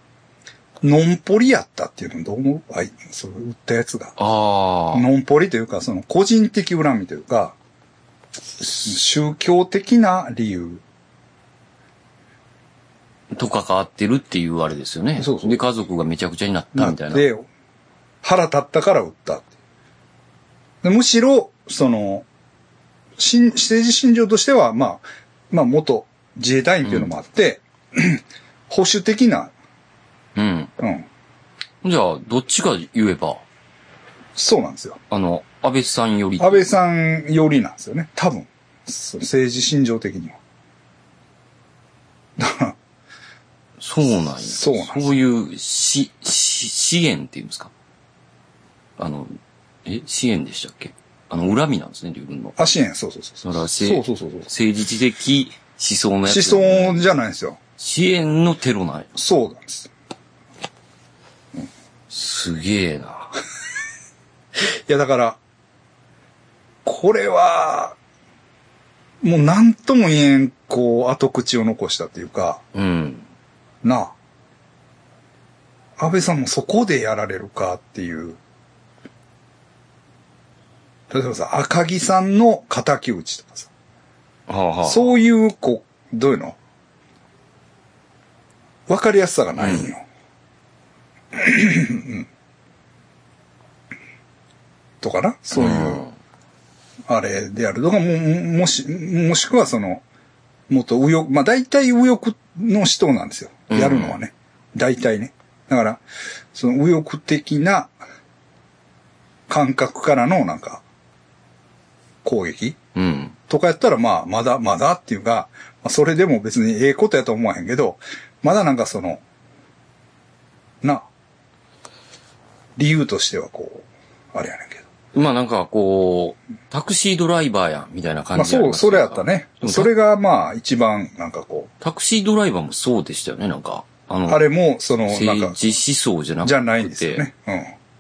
ノンポリやったっていうのどう思うあい、それ売ったやつが。
ああ。
ノンポリというか、その個人的恨みというか、宗教的な理由。
とかが合ってるっていうあれですよね。
そうそう
で、家族がめちゃくちゃになった
なっ
みたいな。
て、腹立ったから売ったってでむしろ、その、しん政治信条としては、まあ、まあ、元自衛隊員っていうのもあって、保守的な、
うん。
うん、
じゃあ、どっちか言えば、
そうなんですよ。
あの、安倍さんより。
安倍さんよりなんですよね。多分。その政治信条的には。
そうな
そう
んや。
なんです
そういう、し、し、支援って言うんですかあの、え、支援でしたっけあの、恨みなんですね、自分の。
あ、支援、そうそうそうそ。
そうれはせ
そうそうそうそう。
政治的思想のや
思
つ。
想じゃないんですよ。
支援のテロなんや。
そうなんです。
すげえな。
いや、だから、これは、もう何とも言えん、こう、後口を残したっていうか、
うん。
なあ。安倍さんもそこでやられるかっていう。例えばさ、赤木さんの仇討ちとかさ、
はあ、はあ、
そういう、こう、どういうのわかりやすさがないんよ。うんとかなそういう。
ん
あれであるとか、も、もし、もしくはその、もっと右翼、まあ大体右翼の人なんですよ。
うん
やるのはね。大体ね。だから、その右翼的な感覚からのなんか、攻撃
うん。
とかやったら、まあ、まだ、まだっていうか、まあそれでも別にええことやと思わへんけど、まだなんかその、な、理由としてはこう、あれやねんけど。
まあなんかこう、タクシードライバーやん、みたいな感
まあ
じで
そう、それやった。ね
で。も
それがまあ一番なんかこう、
タクシードライバーもそうでしたよね、なんか。あの、
あれも、その、なん
政
か、
治思想じゃなくて。
じゃないんですよね。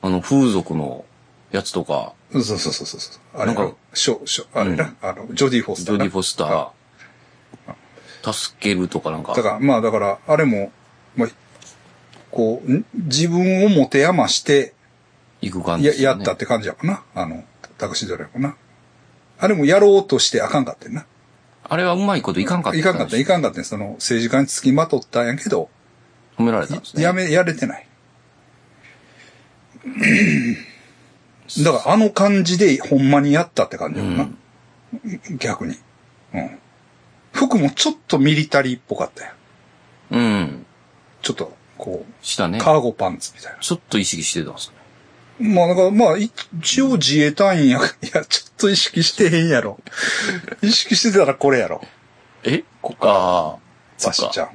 あの、風俗のやつとか、
うん。そうそうそうそうそう。あれ
なんか
が、しょ、しょ、あれ
う
な、あの、ジョディ・フォス
ジ
タ
ョ
ー
デ
な。
ィ・フォスター、助けるとかなんか。
だから、まあだから、あれも、まあ、こう、ん自分を持て余して、
行く感じ
や、
です
や
よ
っ
ね、
たって感じやもんな。あの、タクシードライブな。あれもやろうとしてあかんかってんな。
あれはうまいこといかんかった。
いかんかった、いかんかったんその、政治家につきまとったんやけど、
止められたんですね。
やめ、やれてない。だから、あの感じで、ほんまにやったって感じ
う
やもんな。
ん。
逆に。うん。服もちょっとミリタリーっぽかったよ。
うん。
ちょっと、こ
した
う、
ね。
カーゴパンツみたいな。
ちょっと意識してたんですね。
まあ、だから、まあ、一応自衛隊 員や、いや、ちょっと意識してへんやろ。意識してたらこれやろ。
えこっか。
サシちゃん。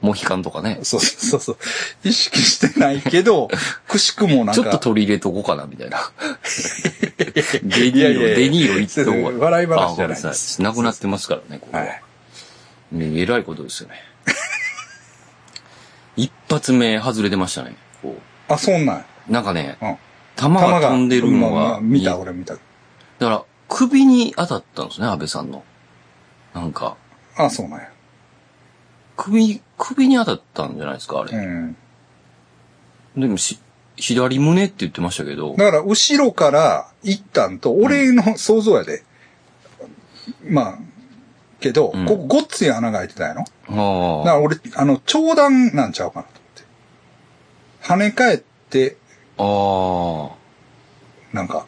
モヒカンとかね。
そうそうそうそう。意識してないけ ど、くしくもなんか。
ちょっと取り入れとこうかな、みた いな。デニ
いやいやい
ーロ、
や
デニーロ一等は。
笑い話じゃない
あごめんさなくなってますからね、ここは。
はい。
ねえらいこと ですよね。一発目外れてましたね。こ
あ、そんなんや。
うなんかね、
うん。
弾が飛んでるの
まあま
が
あ、見た、
だか
俺見た。
ら、首に当たったんですね、安倍さんの。なんか、
あ、そうなんや。
首、首に当たったんじゃないですか、あ
う
れ。
ん。
でもし、左胸って言ってましたけど、
だから、後ろから行ったんと、俺の想像やで。まあ、けど、
うん
ここごっつい穴が開いてたやろだ
あ
か
あ
ら俺、あの、長弾なんちゃうかなと思って。跳ね返って、
ああ、
なんか、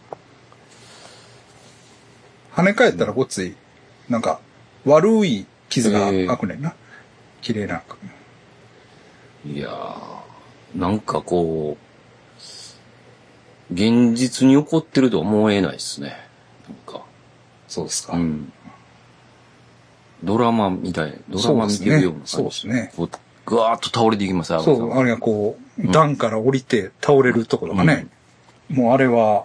跳ね返ったらごっつい、なんか、悪い傷が
ええ
開くねんな。綺麗な開くね。
いやー、なんかこう、現実に起こってるとは思えないですね。なんか、
そうですか。
うん。ドラマみたい、ドラ
そう
マ
で
見
す
てる
ね
ような感。じ。
そうですね。
こうぐわーっと倒れていきます、安
そ
倍さん
う、あれがこう、段から降りて倒れるところがね、もうあれは、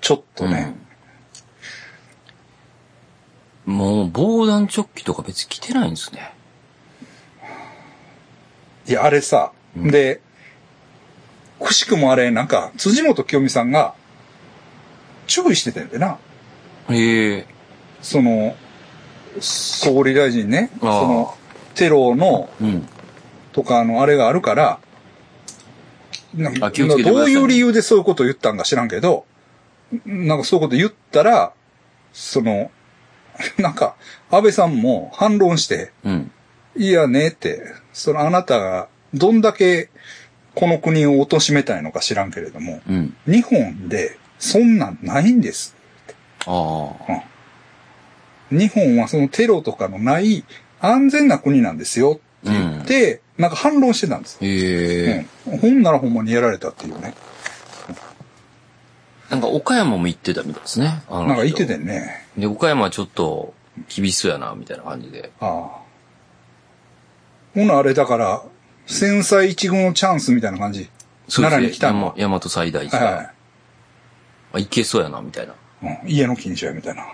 ちょっとね、
うんもう防弾チョッキとか別に着てないんですね。
いや、あれさ、
うん
で、くしくもあれ、なんか、辻元清美さんが、注意してたんでな。
ええ
その、総理大臣ね、そ
ああ
の、テロの、
うん。
とかのあれがあるから、な
あ気をつけてくだ
ど
さ
う
い
いう理由でそういうことを言ったんか知らんけど、なんかそういうこと言ったら、その、 なんか、安倍さんも反論して、
うん。
いやねって、そのあなたがどんだけこの国を貶としめたいのか知らんけれども、
うん。
日本でそんなんないんです。
ああ。
日本はそのテロとかのない安全な国なんですよって言って、なんか反論してたんです。
ええ
うん、ほんならほんまにやられたっていうね。
なんか岡山も行ってたみたいですね。あの人
なんか言っててんね。
で、岡山はちょっと厳しそうやな、みたいな感じで。
ああ。ほなあれだから、戦災一軍のチャンスみたいな感じ。
そうです
奈良に来た
山
の。
大和最大寺が、
は
あ行けそうやな、みたいな。
い、うん。家の近所やみたいな。あ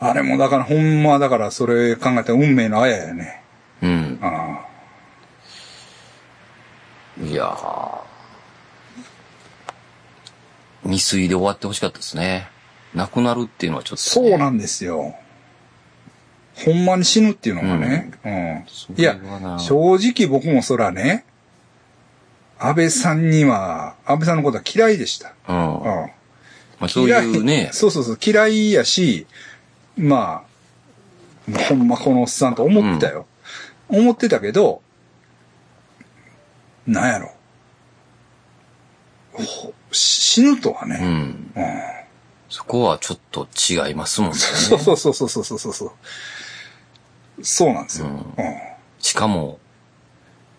ああれもだから、ほんまだからそれ考えたら運命のあややね。
うん。
あ
いやー。未遂で終わってほしかったですね。亡くなるっていうのはちょっと、
そうなんですよ。ほんまに死ぬっていうのがね。うん。いや
それは、な
正直僕もそらね、安倍さんには、安倍さんのことは嫌いでした。
うん。
うん。
まあそういう
嫌
ね
い、そうそうそう、嫌いやし、まあ、ほんまこのおっさんと思ってたよ。思ってたけど、なんやろ。ほ死ぬとは
う
ね。
ん。
うん
そこはちょっと違いますもんね。
そうそうそうそうそうそうそうそう。そうなんですよ。
う
うんん。
しかも、思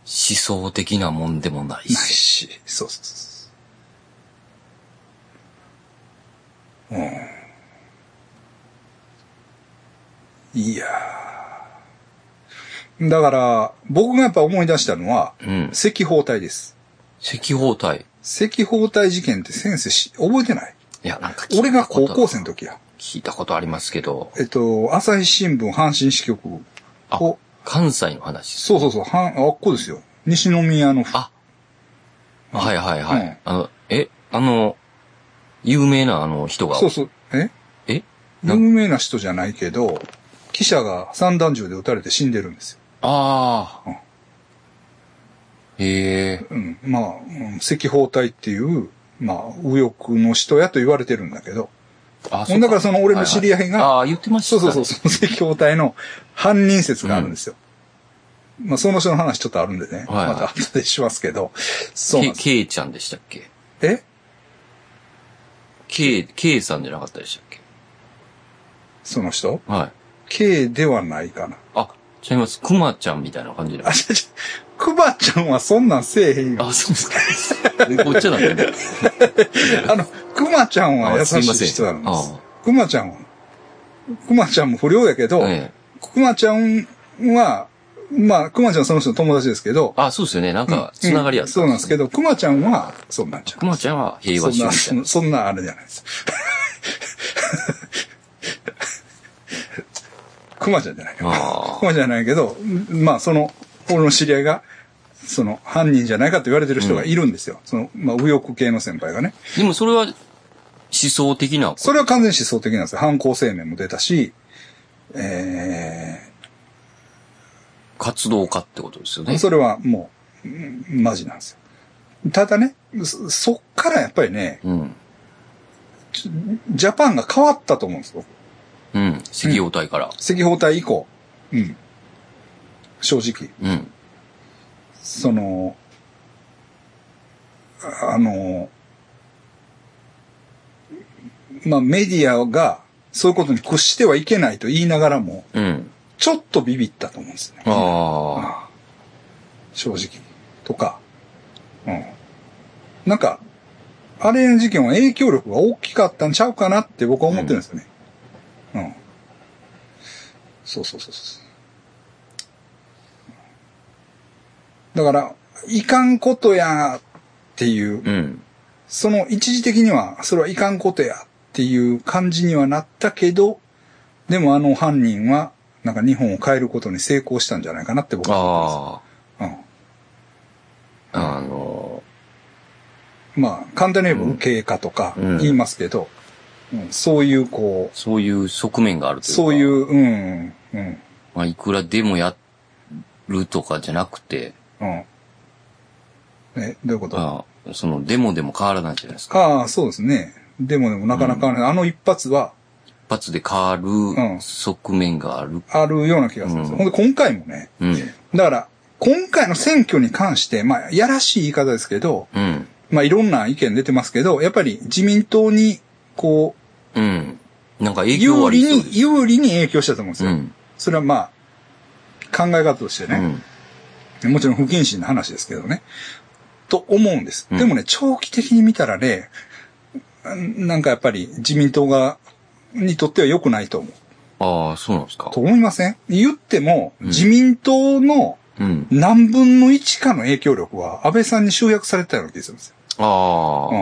想的なもんでもない
ない
し。
し。そうそうそうそう。うん。いやーだから、僕がやっぱ思い出したのは、
うん。
赤包帯です。
赤包帯。
赤包帯事件って先生し覚えてない
いや、なんか聞いたこと
俺が高校生の時や。
聞いたことありますけど、
えっと、朝日新聞阪神支局を、
あ関西の話です。
そうそうそう、はんあっこですよ。西宮の
あ、はいはいはい。
うん
あの、え、あの、有名なあの人が、
そうそう。え
えな
有名な人じゃないけど、記者が散弾銃で撃たれて死んでるんですよ。
あ
うん
あ。へえ、
うん。まあ、うん赤包帯っていう、まあ、右翼の人やと言われてるんだけど。
あ
だからその俺の知り合いが
ああー、言ってました
そう
ね。
そうそう、その赤包帯の犯人説があるんですよ。まあ、その人の話ちょっとあるんでね。
はいはい
また後でしますけど。そうなん
け
です。
けいちゃんでしたっけ
え
けい、けいさんじゃなかったでしたっけ
その人
はい。
?K ではないかな。
あ、ちゃいます。くまちゃんみたいな感じで
あ、。ちゃちゃ、くばちゃんはそんなんせえへんよ。
あ、そうですか。こっちなんだね。
あの、くまちゃんは優しい人なんで
あ
す
すいませんあ。
くまちゃんは、くまちゃんも不良やけど、
ええ
くまちゃんは、まあ、くまちゃんはその人の友達ですけど、
あ、そうですよね。なんか、つながりあった、
そうなんですけ
ど。
ど、くまちゃんは、そんなんちゃう。
くまちゃんは平和主義みた
そ
い
ん
な
な、。そんなあれじゃないです。 くまちゃんじゃないよ。
あー
くまちゃんじゃないけど、まあ、その、俺の知り合いが、その、犯人じゃないかと言われてる人がいるんですよ。その、まあ、右翼系の先輩がね。
でもそれは、思想的なこと。
それは完全に思想的なんですよ。犯行声明も出たし、え
活動家ってことですよ
ー、
ね。
それはもう、うんマジなんですよ。ただね、そそっからやっぱりね、
うん。
ジャパンが変わったと思うんですよ。
うん。赤王隊から。
赤包帯以降。うん。正直。
うん。
その、あの、まあ、メディアがそういうことに屈してはいけないと言いながらも、
うん。
ちょっとビビったと思うんですね。
ああ。
正直。とか。うん。なんか、あれの事件は影響力が大きかったんちゃうかなって僕は思ってるんですよね。うん。そうそうそうそう。だから、いかんことやっていう、
うん。
その一時的には、それはいかんことやっていう感じにはなったけど、でもあの犯人は、なんか日本を変えることに成功したんじゃないかなって僕は思ってます。う
あ
ん
あ。あの
まあ、簡単に言えば、経過とか
うん
言いますけど、うんそういう、こう、
そういう側面があるというか。
そういう、うん、うん、
まあ、いくらでもやるとかじゃなくて、
うん。え、どういうことあ
まあ、その、デモでも変わらないじゃないですか。
あー、そうですね。でもでもなかなかね、あの一発は
一発で変わ
ん
る側面がある。
あるような気がするんですよ。
う
ほんで今回もね、
うん。
だから、今回の選挙に関して、まあ、やらしい言い方ですけど、
うん。
まあ、いろんな意見出てますけど、やっぱり自民党に、こう、
うん。なんか影響
有
あり
利
そうで
に、
す。
有利に影響したと思うんです
う
よ。
ん。
それはまあ、考え方として
う
ね、
ん。
もちろん不謹慎な話ですけどね、と思うんです。
うん
でもね、長期的に見たらね、うんなんかやっぱり自民党が、にとっては良くないと思う。
ああ、そうなんですか
と。思いません言っても、
うん
自民党の
うん。
何分の1かの影響力は安倍さんに集約されてたような気がするんですよ。うん。
ああ。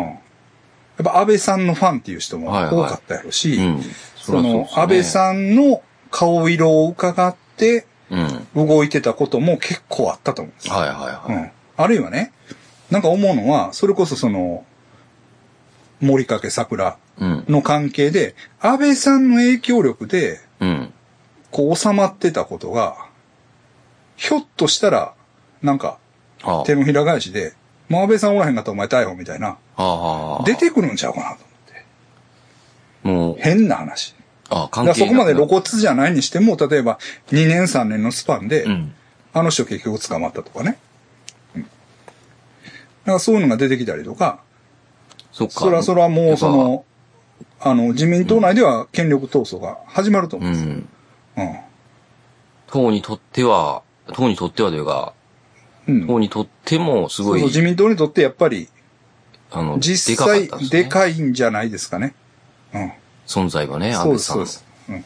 やっぱ安倍さんのファンっていう人も
はいはい
多かったやろし、
うん。
そ
りゃう
の
ですね
安倍さんの顔色を伺って
うん。はい
動いてたことも結構あったと思うんですよ。
はいは
う
い。
ん。あるいはね、なんか思うのは、それこそその、森掛桜
うん。
の関係で、安倍さんの影響力で、
うん。
こう収まってたことが、ひょっとしたら、なんか、
ああ
手のひら返しで、もう安倍さんおらへんかったらお前逮捕みたいな、
ああ。
出てくるんちゃうかなと思って。
もう、
変な話。
あ
だ
あ、関
か
係
らそこまで
な
露
くなる
骨じゃないにしても、例えば2年3年のスパンで、
うん。
あの人結局捕まったとかね。うん。なんかそういうのが出てきたりとか、
そっか。
そらそらもうその、あの、自民党内では権力闘争が始まると思
う
うんですよ。
ん。党にとっては、党にとってはというか、
うん。うん。
党にとってもす
そ
ご
う
い
そう、、自民党にとってやっぱり、
あの、
実
で
際
かかったん、
です
ね。
かいんじゃないですかね。うん。
存在はね、安
そう
倍
です、
さ
そう
んの。
です。うん。だか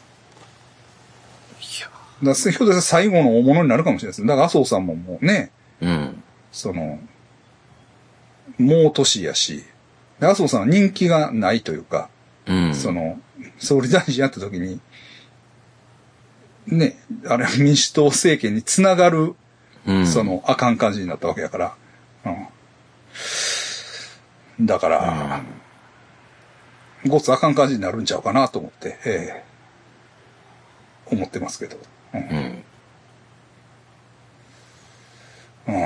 ら、ひょっとしたら最後の大物になるかもしれないです。だから麻生さんももうね、
うん。
その、もう年やし、で麻生さんは人気がないというか、
うん。
その、総理大臣やった時に、ね、あれ民主党政権につながる、
うん、
その、あかん感じになったわけやから、うん。だから、ごつあかん感じになるんちゃうかなと思って、ええ思ってますけど。うん
うん。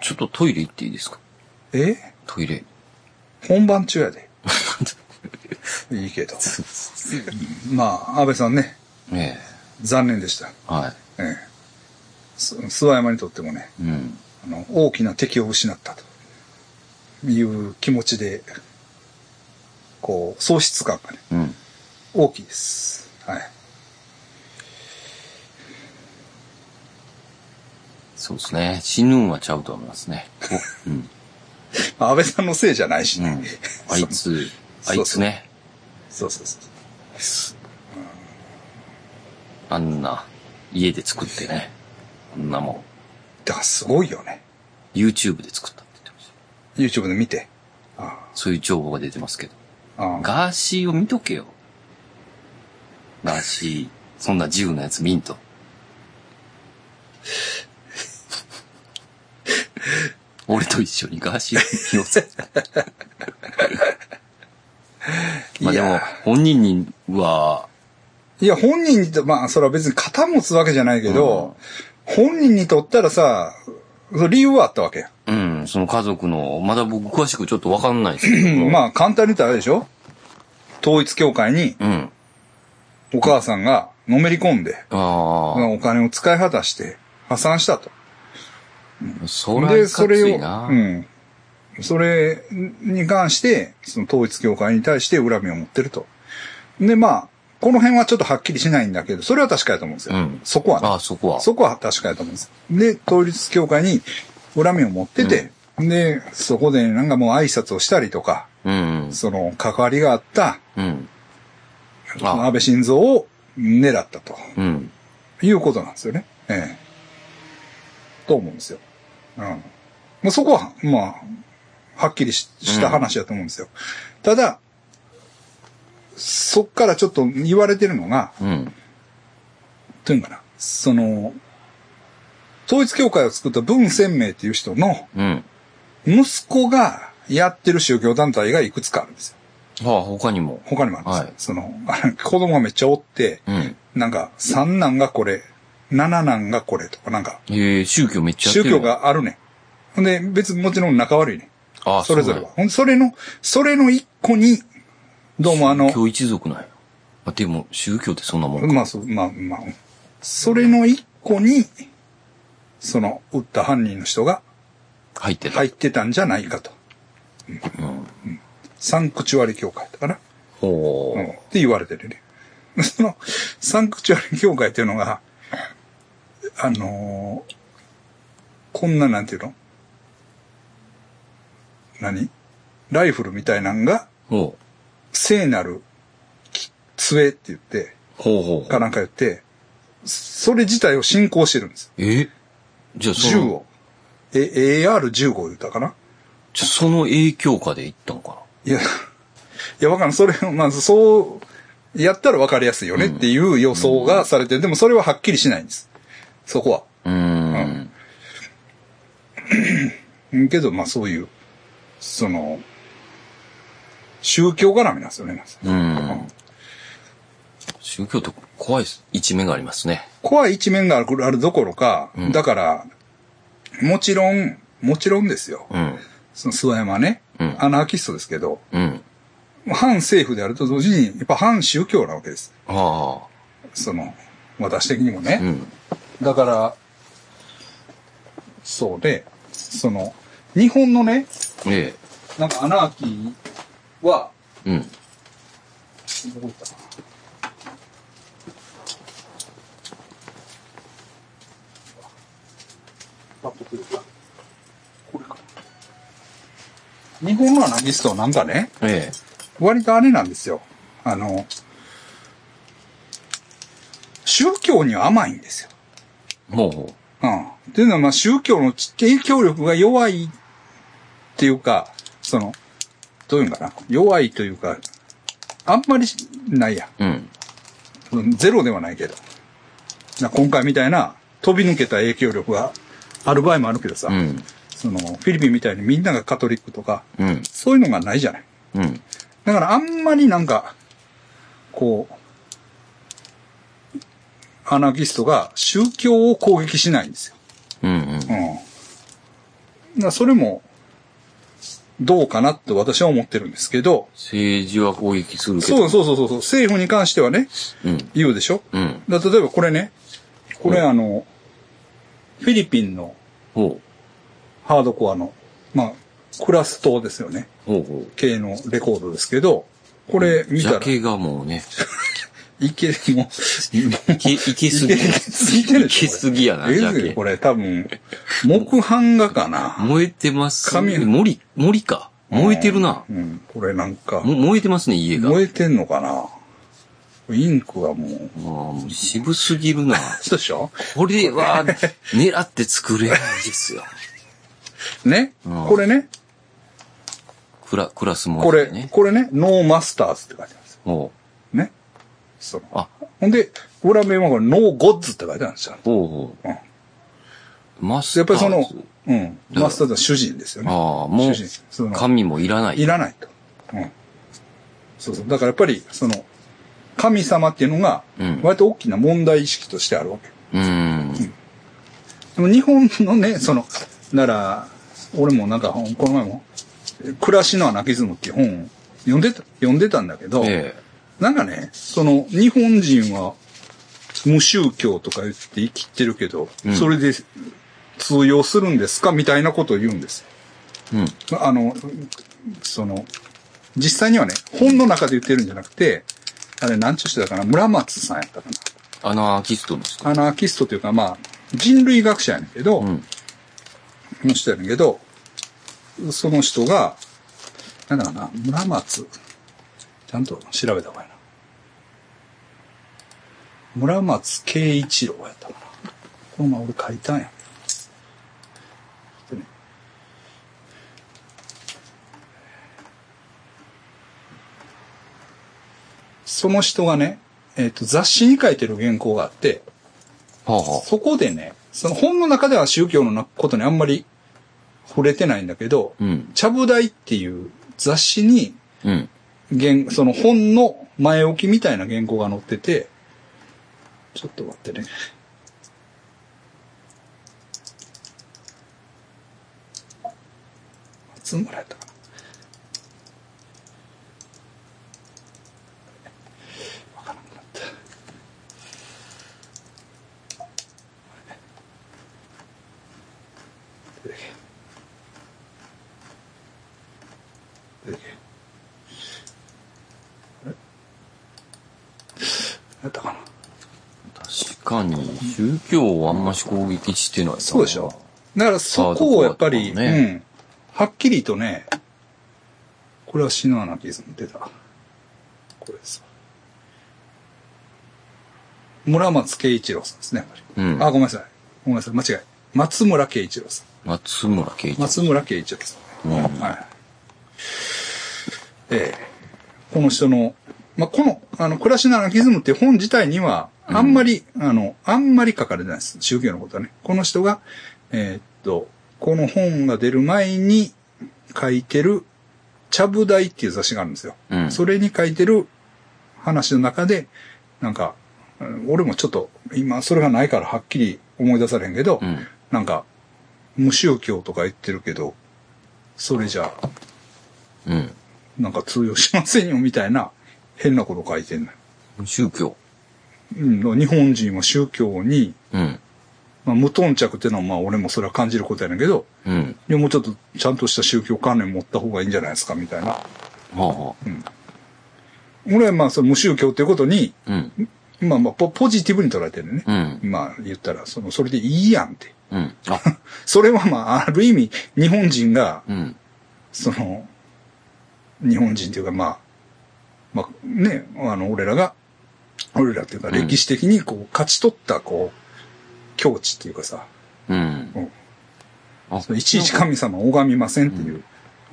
ちょっとトイレ行っていいですか
え
トイレ。
本番中 やで。いいけど。まあ、安倍さんね、
ね
残念でした。
え。は
ええ。す諏訪山にとってもね、
い。うん。
あの、大きな敵を失ったという気持ちで、こう、喪失感がね、
うん。
大きいです。はい。
そうですね。死ぬんはちゃうと思いますね。おうん。
まあ安倍さんのせいじゃないし
う
ね
ん。あいつ、あいつね。
そうそうそう。
あんな、家で作ってね。あんなも
だからすごいよね。
ん、YouTube で作ったって言ってました。
YouTube で見て。あ
そういう情報が出てますけど。
あああ
ガーシーを見とけよ。ガーシー、そんな自由なやつ見 んと。俺と一緒にガーシーを見ようぜ。まあ
い
で
や
も、本人には、
いや、本人にと、まあ、それは別に肩持つわけじゃないけど、本人にとったらさ、その理由はあったわけや。
うん、その家族の、まだ僕詳しくちょっとわかんないですけども。
まあ、簡単に言ったらあれでしょ統一教会に
うん。
お母さんがのめり込んで、
あ
お金を使い果たして破産したと。
あ、それはい
で、
か
そ
つ
れ
い
を、
な。
うん。それに関して、その統一教会に対して恨みを持ってると。で、まあ、この辺はちょっとはっきりしないんだけど、それは確かやと思うんですよ。
うん
そこはね、
ああ、そこは。
そこは確かやと思うんですよ。で、統一教会に恨みを持ってて、で、そこでなんかもう挨拶をしたりとか、
うん。
その関わりがあった、
うん。
その
あ
安倍晋三を狙ったと
うん。
いうことなんですよね。ええ。と思うんですよ。うん。まあ、そこは、まあ、はっきりしした話だと思うんですよ。ただ、そっからちょっと言われてるのが、
うん。
というんかな、その、統一教会を作った文鮮明っていう人の
うん。
息子がやってる宗教団体がいくつかあるんですよ。
はあ、他にも。
他にもあるんですよ。
はい
その、 あ子供がめっちゃおって、
うん。
なんか、三男がこれ、七男がこれとか、なんか、
ええ宗教めっちゃやって
宗教。
る。
があるねん。ほんで、別にもちろん仲悪いねん。
ああ、
それぞれ
う
は。ほんで、それの、それの一個に、どうもあ
なんや
の、
教一族なんや。あ、でも、宗教ってそんなもんか。
まあ、そう、まあ、まあ、それの一個に、その、撃った犯人の人が
入ってた。
入ってたんじゃないかと。
うん。
サンクチュアリ教会だから、
ほ
うんっ
う。
て言われてるね。その、サンクチュアリ教会っていうのが、あのーこんななんていうの何ライフルみたいなんが、
ほう。
聖なるき杖って言って、
ほうほうほ
か
う。
なんか言って、それ自体を信仰してるんですよ。
えじゃあそ
銃
の、
を。え、AR15 言ったかな
じゃあその影響下で行ったのか
いや、 いや、わかんない。それ、まあ、そう、やったらわかりやすいよねっていう予想がされてる。でもそれははっきりしないんです。そこは。
な。うーん。
うんけど、まあそういう、その、宗教絡みなんですよね。まず
うん。宗教って怖い一面がありますね。
怖い一面があるあるどころか、
うん
だから、もちろん、もちろんですよ。
うん。
その諏訪山はね、
うん
アナーキストですけど、
うん。
反政府であると同時に、やっぱ反宗教なわけです。
あ
その、私的にもね。
あ。うん。
だから、そうで、その、日本のね、
え
なんかアナーキーは、
え。うん。
どこ行ったかなパッと来るかこれか。日本のアナキストはなんかね、
ええ。
割とあれなんですよ。あの、宗教には甘いんですよ。
ほうほ
うん。っていうのは、まあ、宗教の影響力が弱いっていうか、その、どういうんかな。弱いというか、あんまりないや。
う。うん。
うんゼロではないけど。な今回みたいな飛び抜けた影響力がある場合もあるけどさ、
うん。
その、フィリピンみたいにみんながカトリックとか、
うん。
そういうのがないじゃない。
うん。
だからあんまりなんか、こう、アナキストが宗教を攻撃しないんですよ。
うん。うん。
うん。だからそれも、どうかなって私は思ってるんですけど、
政治は攻撃するけ
そ
ど。
うそうそうそうそう、政府に関してはね、
うん。
言うでしょ
うん。
だから例えばこれね、これ
うん
あの、フィリピンの
ほ
ハードコアの、まあ、クラス島ですよね、
う。ほうほう。
系のレコードですけど、これ見
ジ
た
ャ
ら、
ケがもうね、
いけ、もう、
いけ、いけすぎ。
いけすぎてる
いけすぎや な、
え
ジ
ぐ
ャ
いよ
ケ
こ。れ多分、木版画かな。
燃えてます。
紙
森、森か。燃えてるな。
うん、これなんか、
も燃えてますね、家が。
燃えてんのかなインクがもう、
ああもう渋すぎるな。
そうでしょ
これ は、狙って作れないですよ。
ね、
うん
これね、
クラ、クラスも
こ
あっ
れ、
てね。
これね、ノーマスターズって書いてあるんですよ。
ほ
ね。そう
う。あ、
ほんで、裏面はこれ、ノーゴッズって書いてあるんですよ。
ほうほう。
うん
マスタ
やっぱ
ー
り
ズ。
その、うん、
うん
マスターズは主人ですよね。
ああ、も
主
う
人そ、の
神もいらないい。
らないと。うん。そうそう。だからやっぱり、その、神様っていうのが
うん、
割と大きな問題意識としてあるわけ。
うーん。
でも日本のね、その、なら、俺もなんか、この前も、暮らしのアナキズムっていう本を読んでた、読んでたんだけど、
え
なんかね、その、日本人は無宗教とか言って生きてるけど、
うん
それで通用するんですかみたいなことを言うんです。
え。うん。
あの、その、実際にはね、本の中で言ってるんじゃなくて、あれ、なんちゅう人だから、村松さんやったか
アナーキストの人。
な。アナーキストというか、まあ、人類学者やねんけど、
うん。
この人やねんけど、その人が、なんだかな、村松。ちゃんと調べた方がいいな。村松慶一郎やったかな。この前俺書いたんや。でねその人がね、えっ、と、雑誌に書いてる原稿があって、
はあはあ。
そこでね、その本の中では宗教のなことにあんまり触れてないんだけど
う、ん。
ちゃぶ台っていう雑誌に、
うん。
原、その本の前置きみたいな原稿が載ってて、ちょっと待ってね。いつもらえたかな。わからなくなった。出てけ。出てけ。あれなんだったかな。
確かに、宗教をあんまし攻撃してないな
そうでしょ。だからそこをやっぱり、
あーどこだったのね
うん。はっきりとね、これは死ぬアナキズム出た。これですわ。村松慶一郎さんですね、やっぱり。
うん
あ、ごめんなさい。ごめんなさい、間違え。松村慶一郎さん。
松村慶一。
松村慶一郎さん。
うん
はい。ええこの人の、まあ、この、あの、暮らしのアナキズムっていう本自体には、あんまり、あの、あんまり書かれてないです。宗教のことはね。この人が、えーっと、この本が出る前に書いてる、茶舞台っていう雑誌があるんですよ。
うん
それに書いてる話の中で、なんか、うん俺もちょっと、今それがないからはっきり思い出されへんけど、
うん。
なんか、無宗教とか言ってるけど、それじゃ、
うん。
なんか通用しませんよ、みたいな、変なこと書いてんのよ。
宗教。
うん、日本人は宗教に、
うん。
まあ、無頓着っていうのは、まあ、俺もそれは感じることやねんけど、
うん。
いや、もうちょっと、ちゃんとした宗教観念持った方がいいんじゃないですか、みたいな。
はあ、は
俺はまあ、その無宗教っていうことに、
あ、うん。
まあまあ、ポポジティブに捉えてるね
う。ん。
まあ、言ったら、その、それでいいやんって。
うん。あ、
それはまあ、ある意味、日本人が、
うん。
その、日本人というか、まあ、まあね、あの、俺らが、俺らっていうか、
うん
歴史的にこう、勝ち取った、こう、境地っていうかさ、
うん
うん。
あ
いちいち神様を拝みませんっていう。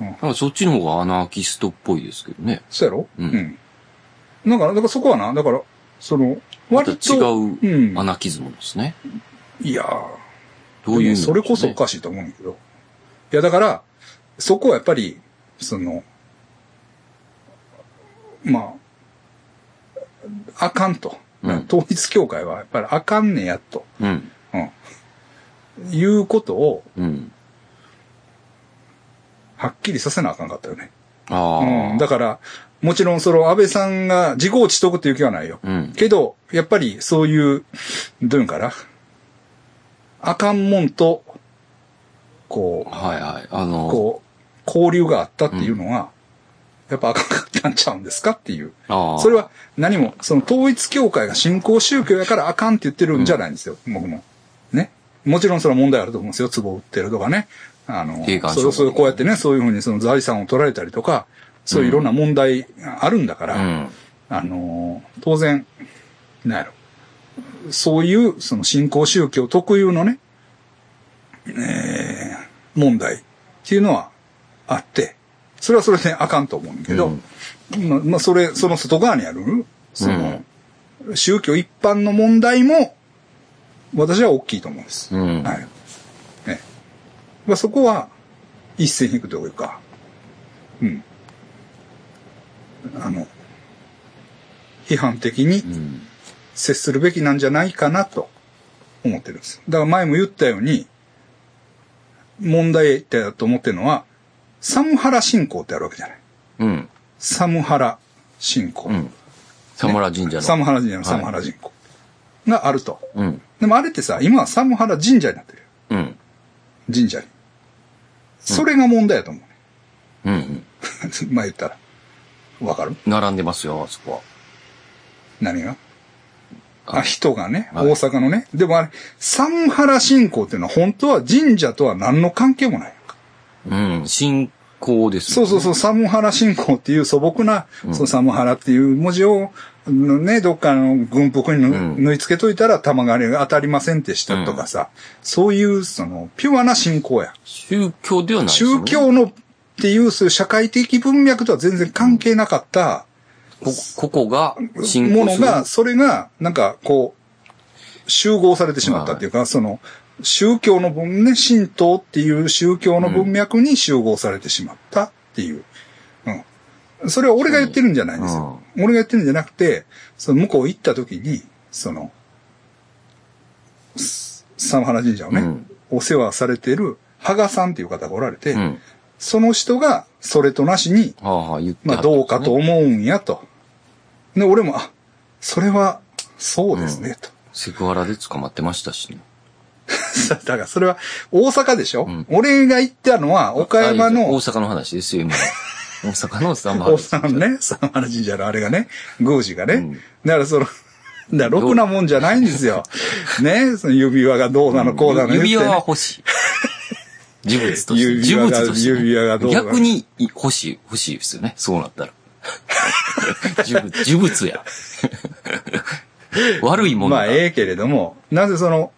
なんかそっちの方がアナーキストっぽいですけどね。
そうやろ
うん
だから、だからそこはな、だから、その、
また
割と、
違
うん
うアナキズムですね。
いやー
どういう意味
それこそお
か。
かしいと思うんだけど。いや、だから、そこはやっぱり、その、まあ、あかんと。
うん
統一教会はやっぱりあかんねやと。
うん。
うん。いうことを、
うん。
はっきりさせなあかんかったよね。
ああ。
うん。だから、もちろんその安倍さんが自業自得という気はないよ。
うん。
けど、やっぱりそういう、どういうんかな。あかんもんと、こう、
はいはい。あの、
こう、交流があったっていうのは、やっぱ赤かったんちゃうんですかっていう。
ああ。
それは何も、その統一教会が信仰宗教やからあかんって言ってるんじゃないんですよ、僕も。ね。もちろんそれは問題あると思うんですよ、壺を売ってるとかね。あの
霊、感商法
そうそうこうやってね、そういうふうにその財産を取られたりとか、そういういろんな問題があるんだから、
うん。
あの、当然、なんやろ。そういう、その信仰宗教特有のね、えー問題っていうのはあって、それはそれであかんと思うんだけど、まあ、まあ、それ、その外側にある、その、宗教一般の問題も、私は大きいと思うんです。
うん。
はい。ね。まあ、そこは、一線引くというか、うん。あの、批判的に
うん。
接するべきなんじゃないかなと思ってるんです。だから前も言ったように、問題点だと思ってるのは、サムハラ信仰ってあるわけじゃない。
うん。
サムハラ信仰。
うん。サムラ神社の。
サムハラ神社の
い
サムハラ信仰があると。
うん。
でもあれってさ、今はサムハラ神社になってるよ。
うん。
神社に。それが問題やと思う、ね。
うんう ん。
まあ言ったら。わかる
並んでますよ、あそこは。
何が
あ
あ、人がね、
はい
大阪のね。でもあれ、サムハラ信仰っていうのは本当は神社とは何の関係もないやんか。
うん。信仰です
そうそうそう、サムハラ信仰っていう素朴な、そのサムハラっていう文字を、ね、どっかの軍服にぬ
うん
縫い付けといたら玉が当たりませんでしたとかさ、そういう、その、ピュアな信仰や。
宗教ではないですよ
宗
ね
教のっていう、そういう社会的文脈とは全然関係なかった
こ、ここが信
も
仰
の
する。
が、それが、なんか、こう、集合されてしまったっていうか、その、宗教の分ね、神道っていう宗教の文脈に集合されてしまったっていう。うん。それは俺が言ってるんじゃないんですよ。俺が言ってるんじゃなくて、その向こう行った時に、その、すサムハラ神社をね、
うん
お世話されてる、ハガさんっていう方がおられて、
うん。
その人が、それとなしに、
はあはあ言っては
ま
っ
あ、
たん
ど
で
う
すね
かと。思うんやと。で、俺も、あ、それは、そうですね、と。
セクハラで捕まってましたしね。
だから、それは、大阪でしょ、
ん
俺が行ったのは、岡山
あ大
の、
阪の話ですよ、今。大阪のサンバ
おっさんね、三原神社のあれがね、宮司がね、
うん
だからその、 だからろくなもんじゃないんですよ。ね、その指輪がどうなのこうなの言ってね
指輪は 欲しい。事物として。
指
事
輪
物
が
としてね。
指輪がどうなの
逆に欲しい、欲しいですよね。そうなったら。 呪物、呪物や。 悪いもの
ま
だ。
あ、ええけれども、なぜその、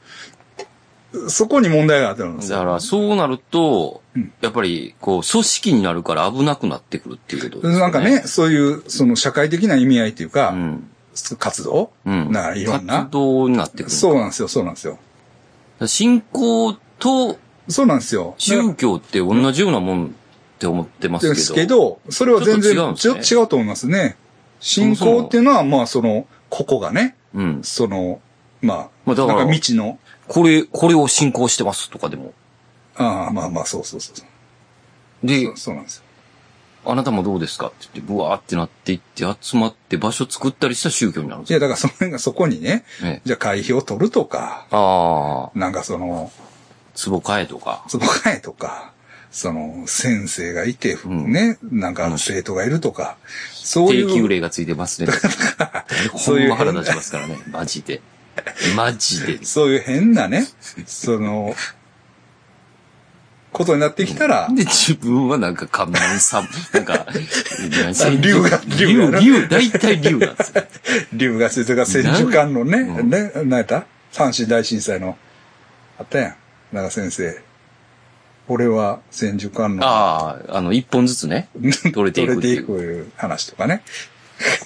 そこに問題があったんです
だ
よ。
から、そうなると、やっぱり、こう、組織になるから危なくなってくるっていうことですよ
なんかね、。そういう、その社会的な意味合いというか、
うん。
活動、
うん。
なんかいろんな
活。動になってくる。
そうなんですよ、そうなんですよ。
信仰と
そうなんですよ。
宗教って同じようなもんって思ってますけど。
ですけど、それは全然
ちょっと違うんですね
ちょ違うと思いますね。信仰っていうのは、まあその、ここがね、
うん。
その、まあ、
まあだから
なんか未知の、
これ、これを信仰してますとかでも。
ああ、まあまあ、そうそうそうそう。
で
そう、そうなんですよ。
あなたもどうですかって言って、ブワーってなっていって、集まって場所作ったりした宗教になるん
い
ですよ。
や、だからその辺がそこにね、
ね、
じゃあ会費を取るとか、
ああ、
なんかその、
壺買えとか。
その替えとか、その、先生がいて、
ん
ね、なんか生徒がいるとか、そうい
定休
う、
令がついてま すね。
そ
ほ
うい
ん
う
ま腹立ちますからね。マジで。マジで。
そういう変なね、その、ことになってきたら、
で、自分はなんか、観覧さん、なんか、
竜が竜
竜
が、
竜、大体竜なんですよ。
龍が水とか千手観音ね、
うん
ね、何やった阪神大震災の、あったやん。なんか先生、俺は千手観 音
ああ、あの、一本ずつね、取れていくってい
取れ
う。
ていく話とかね。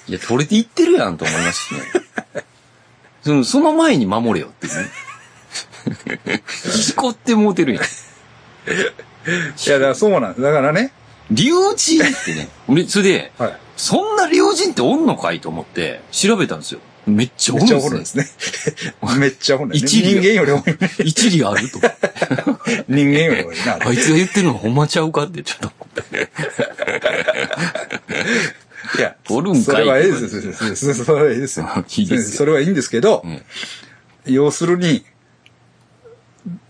いや、取れていってるやんと思いますしね。 そのその前に守れよっていうね。 引こってもうてるやん。
いや、だからそうなんです。だからね、
龍神ってね。俺それで、
はい。
そんな龍神っておんのかいと思って調べたんですよ。めっちゃお
め
る
っちゃ
んで
怒
す
るん
ね
で。す ね。めっちゃ怒るんです
一
ね。人
理
間より多い。
一理あ ると。
人間より多いな。
あいつが言ってるのほんまちゃうかってちょっと思って。
いや、
おるんかい
それはいいですよ。それそれはいいですよ
。いいですよ
それはいいんですけど、
うん
要するに、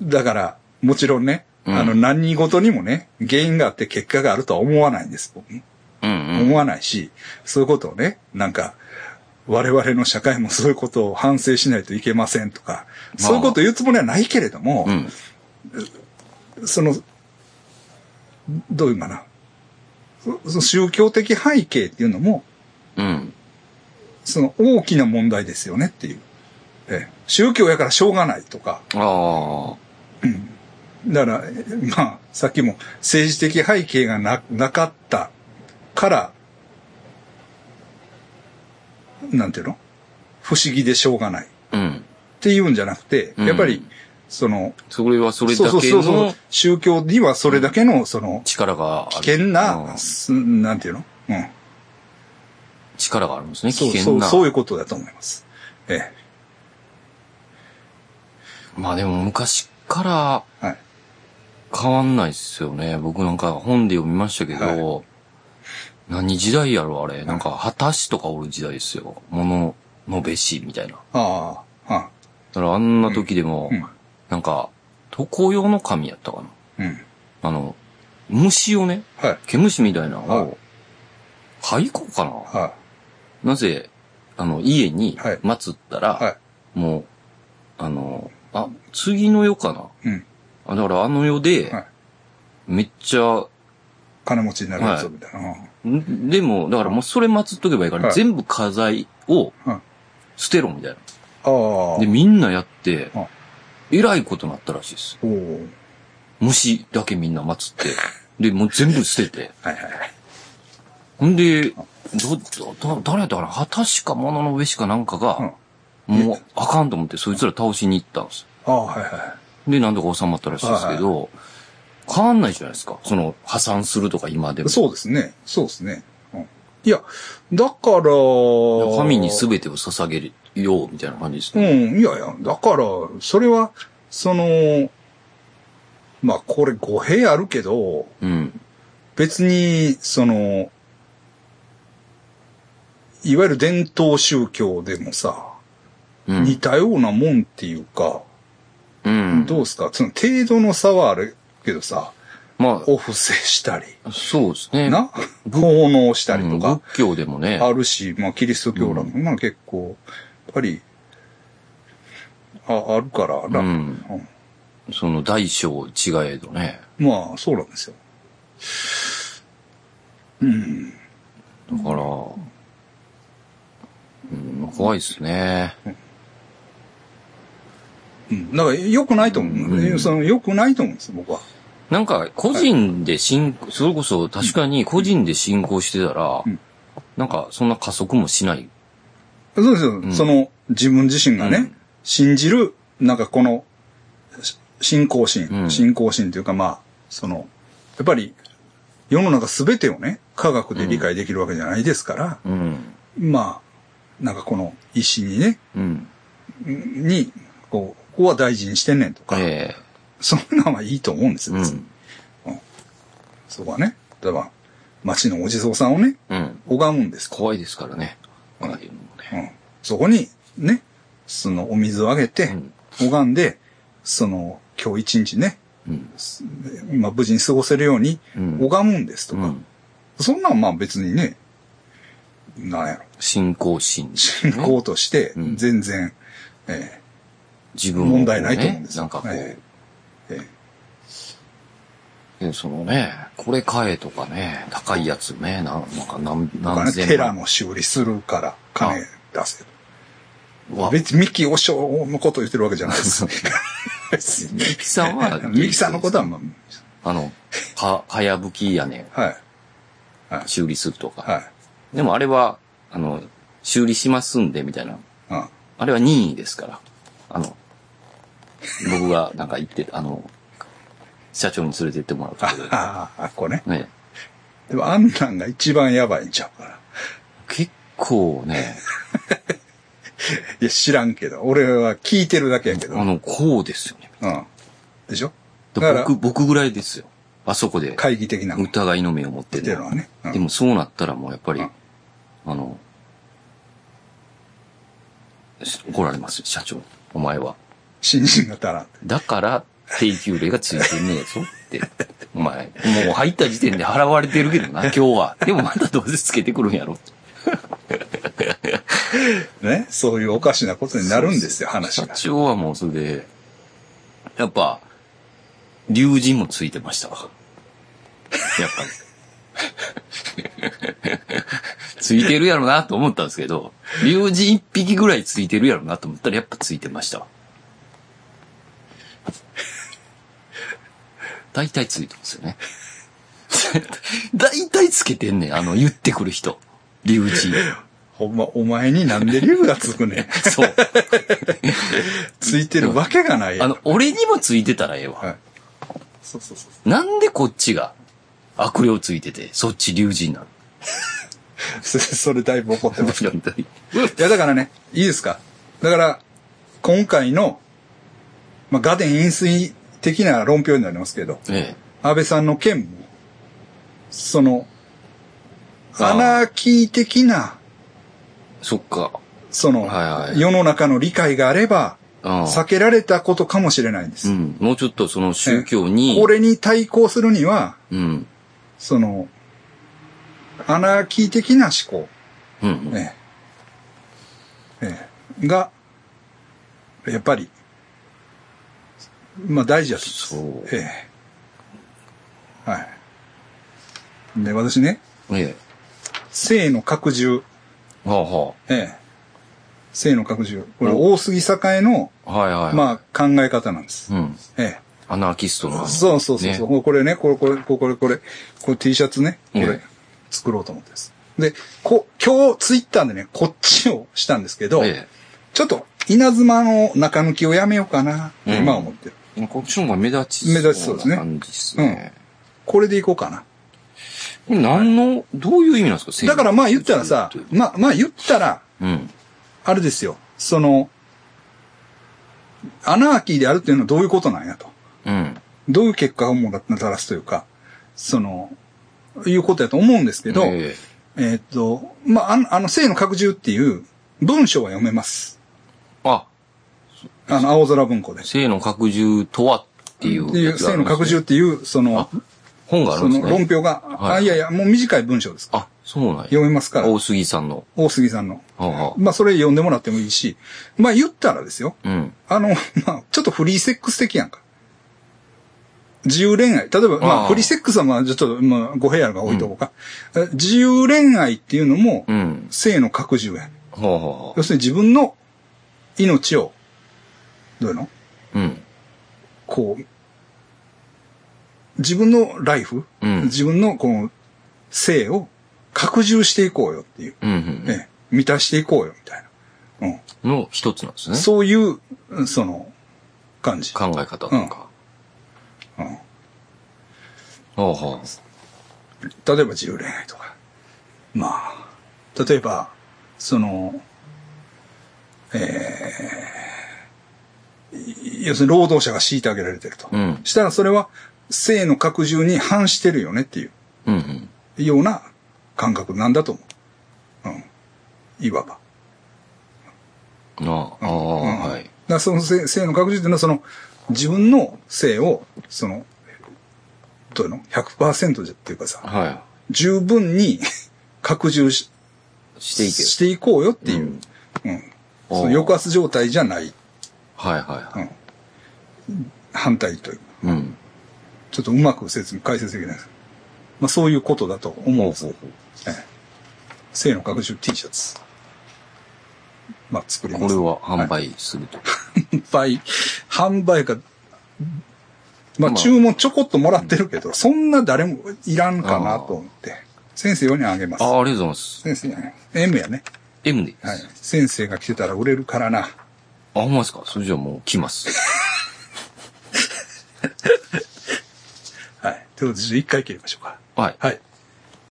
だから、もちろんね、
うん
あの、何事にもね、原因があって結果があるとは思わないんです、僕
うんうん。
思わないし、そういうことをね、なんか、我々の社会もそういうことを反省しないといけませんとか、
まあ
そういうことを言うつもりはないけれども、
うん。
その、どういうのかな、そその宗教的背景っていうのも、
うん。
その大きな問題ですよねっていう。ええ宗教やからしょうがないとか。
あ
だから、えーまあ、さっきも政治的背景がな、なかったから、なんていうの不思議でしょうがないっ
あ。うん。
ていうんじゃなくて、
うん
やっぱり、その、
それはそれ
そう
だ
そう
け
そうそ
の
う、宗教にはそれだけの、その、
力がある。
危険
う
な、
ん
すなんていうのうん。
力があるんですね。
そ
危
う、
険
そう、
な。
そういうことだと思います。え
まあでも昔から
え。はい。
変わんないっすよね。僕なんか本で読みましたけど、何時代やろあれ。なんか、果たしとかおる時代ですよ。もののべし、みたいな。だ
ああ、は
からあんな時でも、
うんうん
なんか、常用の神やったかな。
あ、うん。
あの、虫をね、
はい、
毛虫みたいなの
はい
を、廃校かな。
は
なぜ、あの、家に
はい
祀ったら、
い、は
もう、あの、あ、次の世かな。
い。うん。
あだからあの世
は
で
い、
めっちゃ、
金持ちになるやつみたいな。うん
んでも、だからもうそれ祀っとけばいいから、
はい
全部家財を
はい
捨てろみたい
ああ。
な。で、みんなやって
は、
えらいことになったらしいです。
おお。
虫だけみんな祀って、 で、もう全部捨てて。
はいはいはい。
ほんで、ど、ど、誰やったかな旗しか物の上しかなんかが、もうあかんと思って、そいつら倒しに行ったんです。
ああ、はいは
で、なんとか収まったらしいですけど、変わんないじゃないですか。その、破産するとか今でも
い。。そうですね。そうですね。うんいや、だから、
神に全てを捧げようみたいな感じです
う
ね。
ん、いやいや、だから、それは、その、まあこれ語弊あるけど、
うん。
別に、その、いわゆる伝統宗教でもさ、
う
似
ん。
たようなもんっていうか、
うん。
どうすかその程度の差はあるけどさ、
ま
お布施したり、
あ、そうですね。
な奉納した
う
り
ん
とか
仏教でもね。
あるし、まあキリスト教らも、まあ結構、やっぱり、ああるからな、
うん
うん
その大小違えどね。
まあそうなんですよ。うん。
だから、うん、怖いですね。
うんだから良くないと思う。
うん
その良くないと思うんです、僕は。
なんか、個人で信、それこそ確かに個人で信仰してたら、
うん
なんか、そんな加速もしない。
そうですよ。
ん
その自分自身がね、
うん
信じる、なんかこの、し信仰心、
うん
信仰心というかまあ、その、やっぱり世の中全てをね、科学で理解できるわけじゃないですから、
うん。
まあ、なんかこの意志にね、
うん。
に、こう、ここは大事にしてんねんとか、
え
そんなんはいいと思うんです
え
よ、別に。
うん。
そこはね、例えば、町のお地蔵さんをね、
うん。
拝むんです。
怖いですからね。ああいうのも
う
ね。
ん、そこに、ね、そのお水をあげて、
うん
拝んで、その、今日一日ね、
うん。
すまあ、無事に過ごせるように
うん
拝むんですとか、
うん
そんなんまあ別にね、なんやろ、
信仰心です
信
ね、
仰として
うん
全然、え
自
え
分をこうね
問題ないと思うんですよ。
なんかこう、
ええええ
でそのね、これ買えとかね、高いやつね、なんなんか何
お金
何千
寺
万。
の修理するから金出せ。
わ
別にミキオショのことを言ってるわけじゃない です。
ミキさんは
ミキさんのことは、ま
あの、か、かやぶき屋根
あ、はい、
修理するとか。
はい。
でもあれは、あの、修理しますんで、みたいな。
うん
あれは任意ですから。あの、僕がなんか言ってた、あの、社長に連れて行ってもらうと
あ
こ
ああ、あこれね。
ろで。ね、
でも、あんなんが一番やばいんちゃうから。
結構ね、
いや、知らんけど。俺は聞いてるだけやけど。
あ
うん。
の、こうですよね。
でしょ
で
だから
僕、僕ぐらいですよ。あそこで
会議的なの。
疑いの目を持って
出てるのはね。うん
でもそうなったらもうやっぱり、
うん
あの、し怒られますよ、社長。お前は。
新人が足らん。
だから、請求例がついてねえぞ って。お前、もう入った時点で払われてるけどな、今日は。でもまたどうせつけてくるんやろ。
ね。そういうおかしなことになるんですよ、話
社
が。
長はもうそれで、やっぱ、竜神もついてましたわ。やっぱり。 ついてるやろなと思ったんですけど、竜神一匹ぐらいついてるやろなと思ったらやっぱついてましたわ。大体ついてますよね。 大体つけてんねん、あの、言ってくる人。竜神。
ほんま、お前になんで竜がつくねん。
そう。
ついてるわけがないや
あ
ん
の、俺にもついてたらええわ。
はい。そうそうそう。
なんでこっちが悪霊ついてて、そっち竜神なの
それ、それだいぶ怒ってます。い
うん
や、だからね、いいですか。だから、今回の、まあ、ガデン飲水的な論評になりますけど、
ええ。
安倍さんの件も、その、
あー
アナーキー的な、
そっか。
その、
はいはい
世の中の理解があれば、
うん
避けられたことかもしれないんで
う
す。
ん。もうちょっとその宗教に、
これに対抗するには、
うん。
その、アナーキー的な思考、
うん。うん。
ええええが、やっぱり、まあ大事だと
そう。え
ええ。はい。で、私ね、
え。
性の拡充。
はあは
ええ。性の拡充。これ、大杉栄の、
あ。はいはい。あ。
まあ、考え方なんです。
うん。
え
アナーキスト
え。
の。
そうそうそうそう、これね、これ、これ、これ、これ、これ、これ T シャツね、こ
え
れ
え、
作ろうと思ってます。で、こ、今日、ツイッターでね、こっちをしたんですけど、
え
ちょっと、稲妻の中抜きをやめようかな、
うん
今は思ってる。
え。こっちの方が目立ち
目立ちそうですね
な感じですね。
これでいこうかな。
これ何の、どういう意味なんですか
だからまあ言ったらさ、まあ、まあ言ったら、
うん。
あれですよ。その、アナーキーであるっていうのはどういうことなんやと。
うん。
どういう結果をもたらすというか、その、いうことやと思うんですけど、え
え
ーっと、まあ、あの、あの、性の拡充っていう文章は読めます。
えあ、
あの、青空文庫で。
性の拡充とはっていう
ってい
や
う、
つがあ
性
るん
の
ですね
拡充っていう、その
あ、本がある
そ
んで
の
すね
論。評が、
は
あ、
い
いやいや、もう短い文章です。
あ、そうなんや。
読めますから、
大杉さんの。
大杉さんの。
はあは
まあ、それ読んでもらってもいいし、まあ、言ったらですよ。
あうん。
あの、 まあ、ちょっとフリーセックス的やんか。自由恋愛。例えば、ま
あ
あ、
あ
フリーセックスはまあ、ちょっと、まあ、語弊あるが置いとこうか。え自由恋愛っていうのも
う、ん。
性の拡充や。
はあはあ
要するに自分の命を、どういうの
うん。
こう、自分のライフ、
うん
自分のこの性を拡充していこうよっていう、
うんうん
ね、満たしていこうよみたいな。うん
うん。の一つなんですね。
そういう、うんその、感じ。
考え方とか。
うん
はあは
例えば自由恋愛とか。まあ、例えば、その、えー、要するに労働者が強いてあげられてると。
うん
したらそれは性の拡充に反してるよねっていう
あ。うんうん。
ような感覚なんだと思う。うん。いわば。
ああ、ああ、は
だ
い。
からその性性の拡充っていうのは、その、自分の性を、その、どういうの ?100% じゃっていうかさ、
は
十分に拡充し
い。していける。
していこうよっていう、うん。その抑圧状態じゃない、
はいはいは
反対という。
い。うん。
ちょっとうまく説明、解説できないです。まあそういうことだと思うんです。ええ性の拡充 T シャツ。まあ作ります。
これは販売すると。
販売、販売か、まあ、
まあ
注文ちょこっともらってるけど、そんな誰もいらんかなと思って、先生用にあげます。
ああ、ありがとうございます。
先生にあげます。M やね。
M でいいです。
はい。先生が来てたら売れるからな。
あ、ほんまですかそれじゃあもう来ます。
はい。ということで、ちょっと一回切りましょうか。
はい。
はい。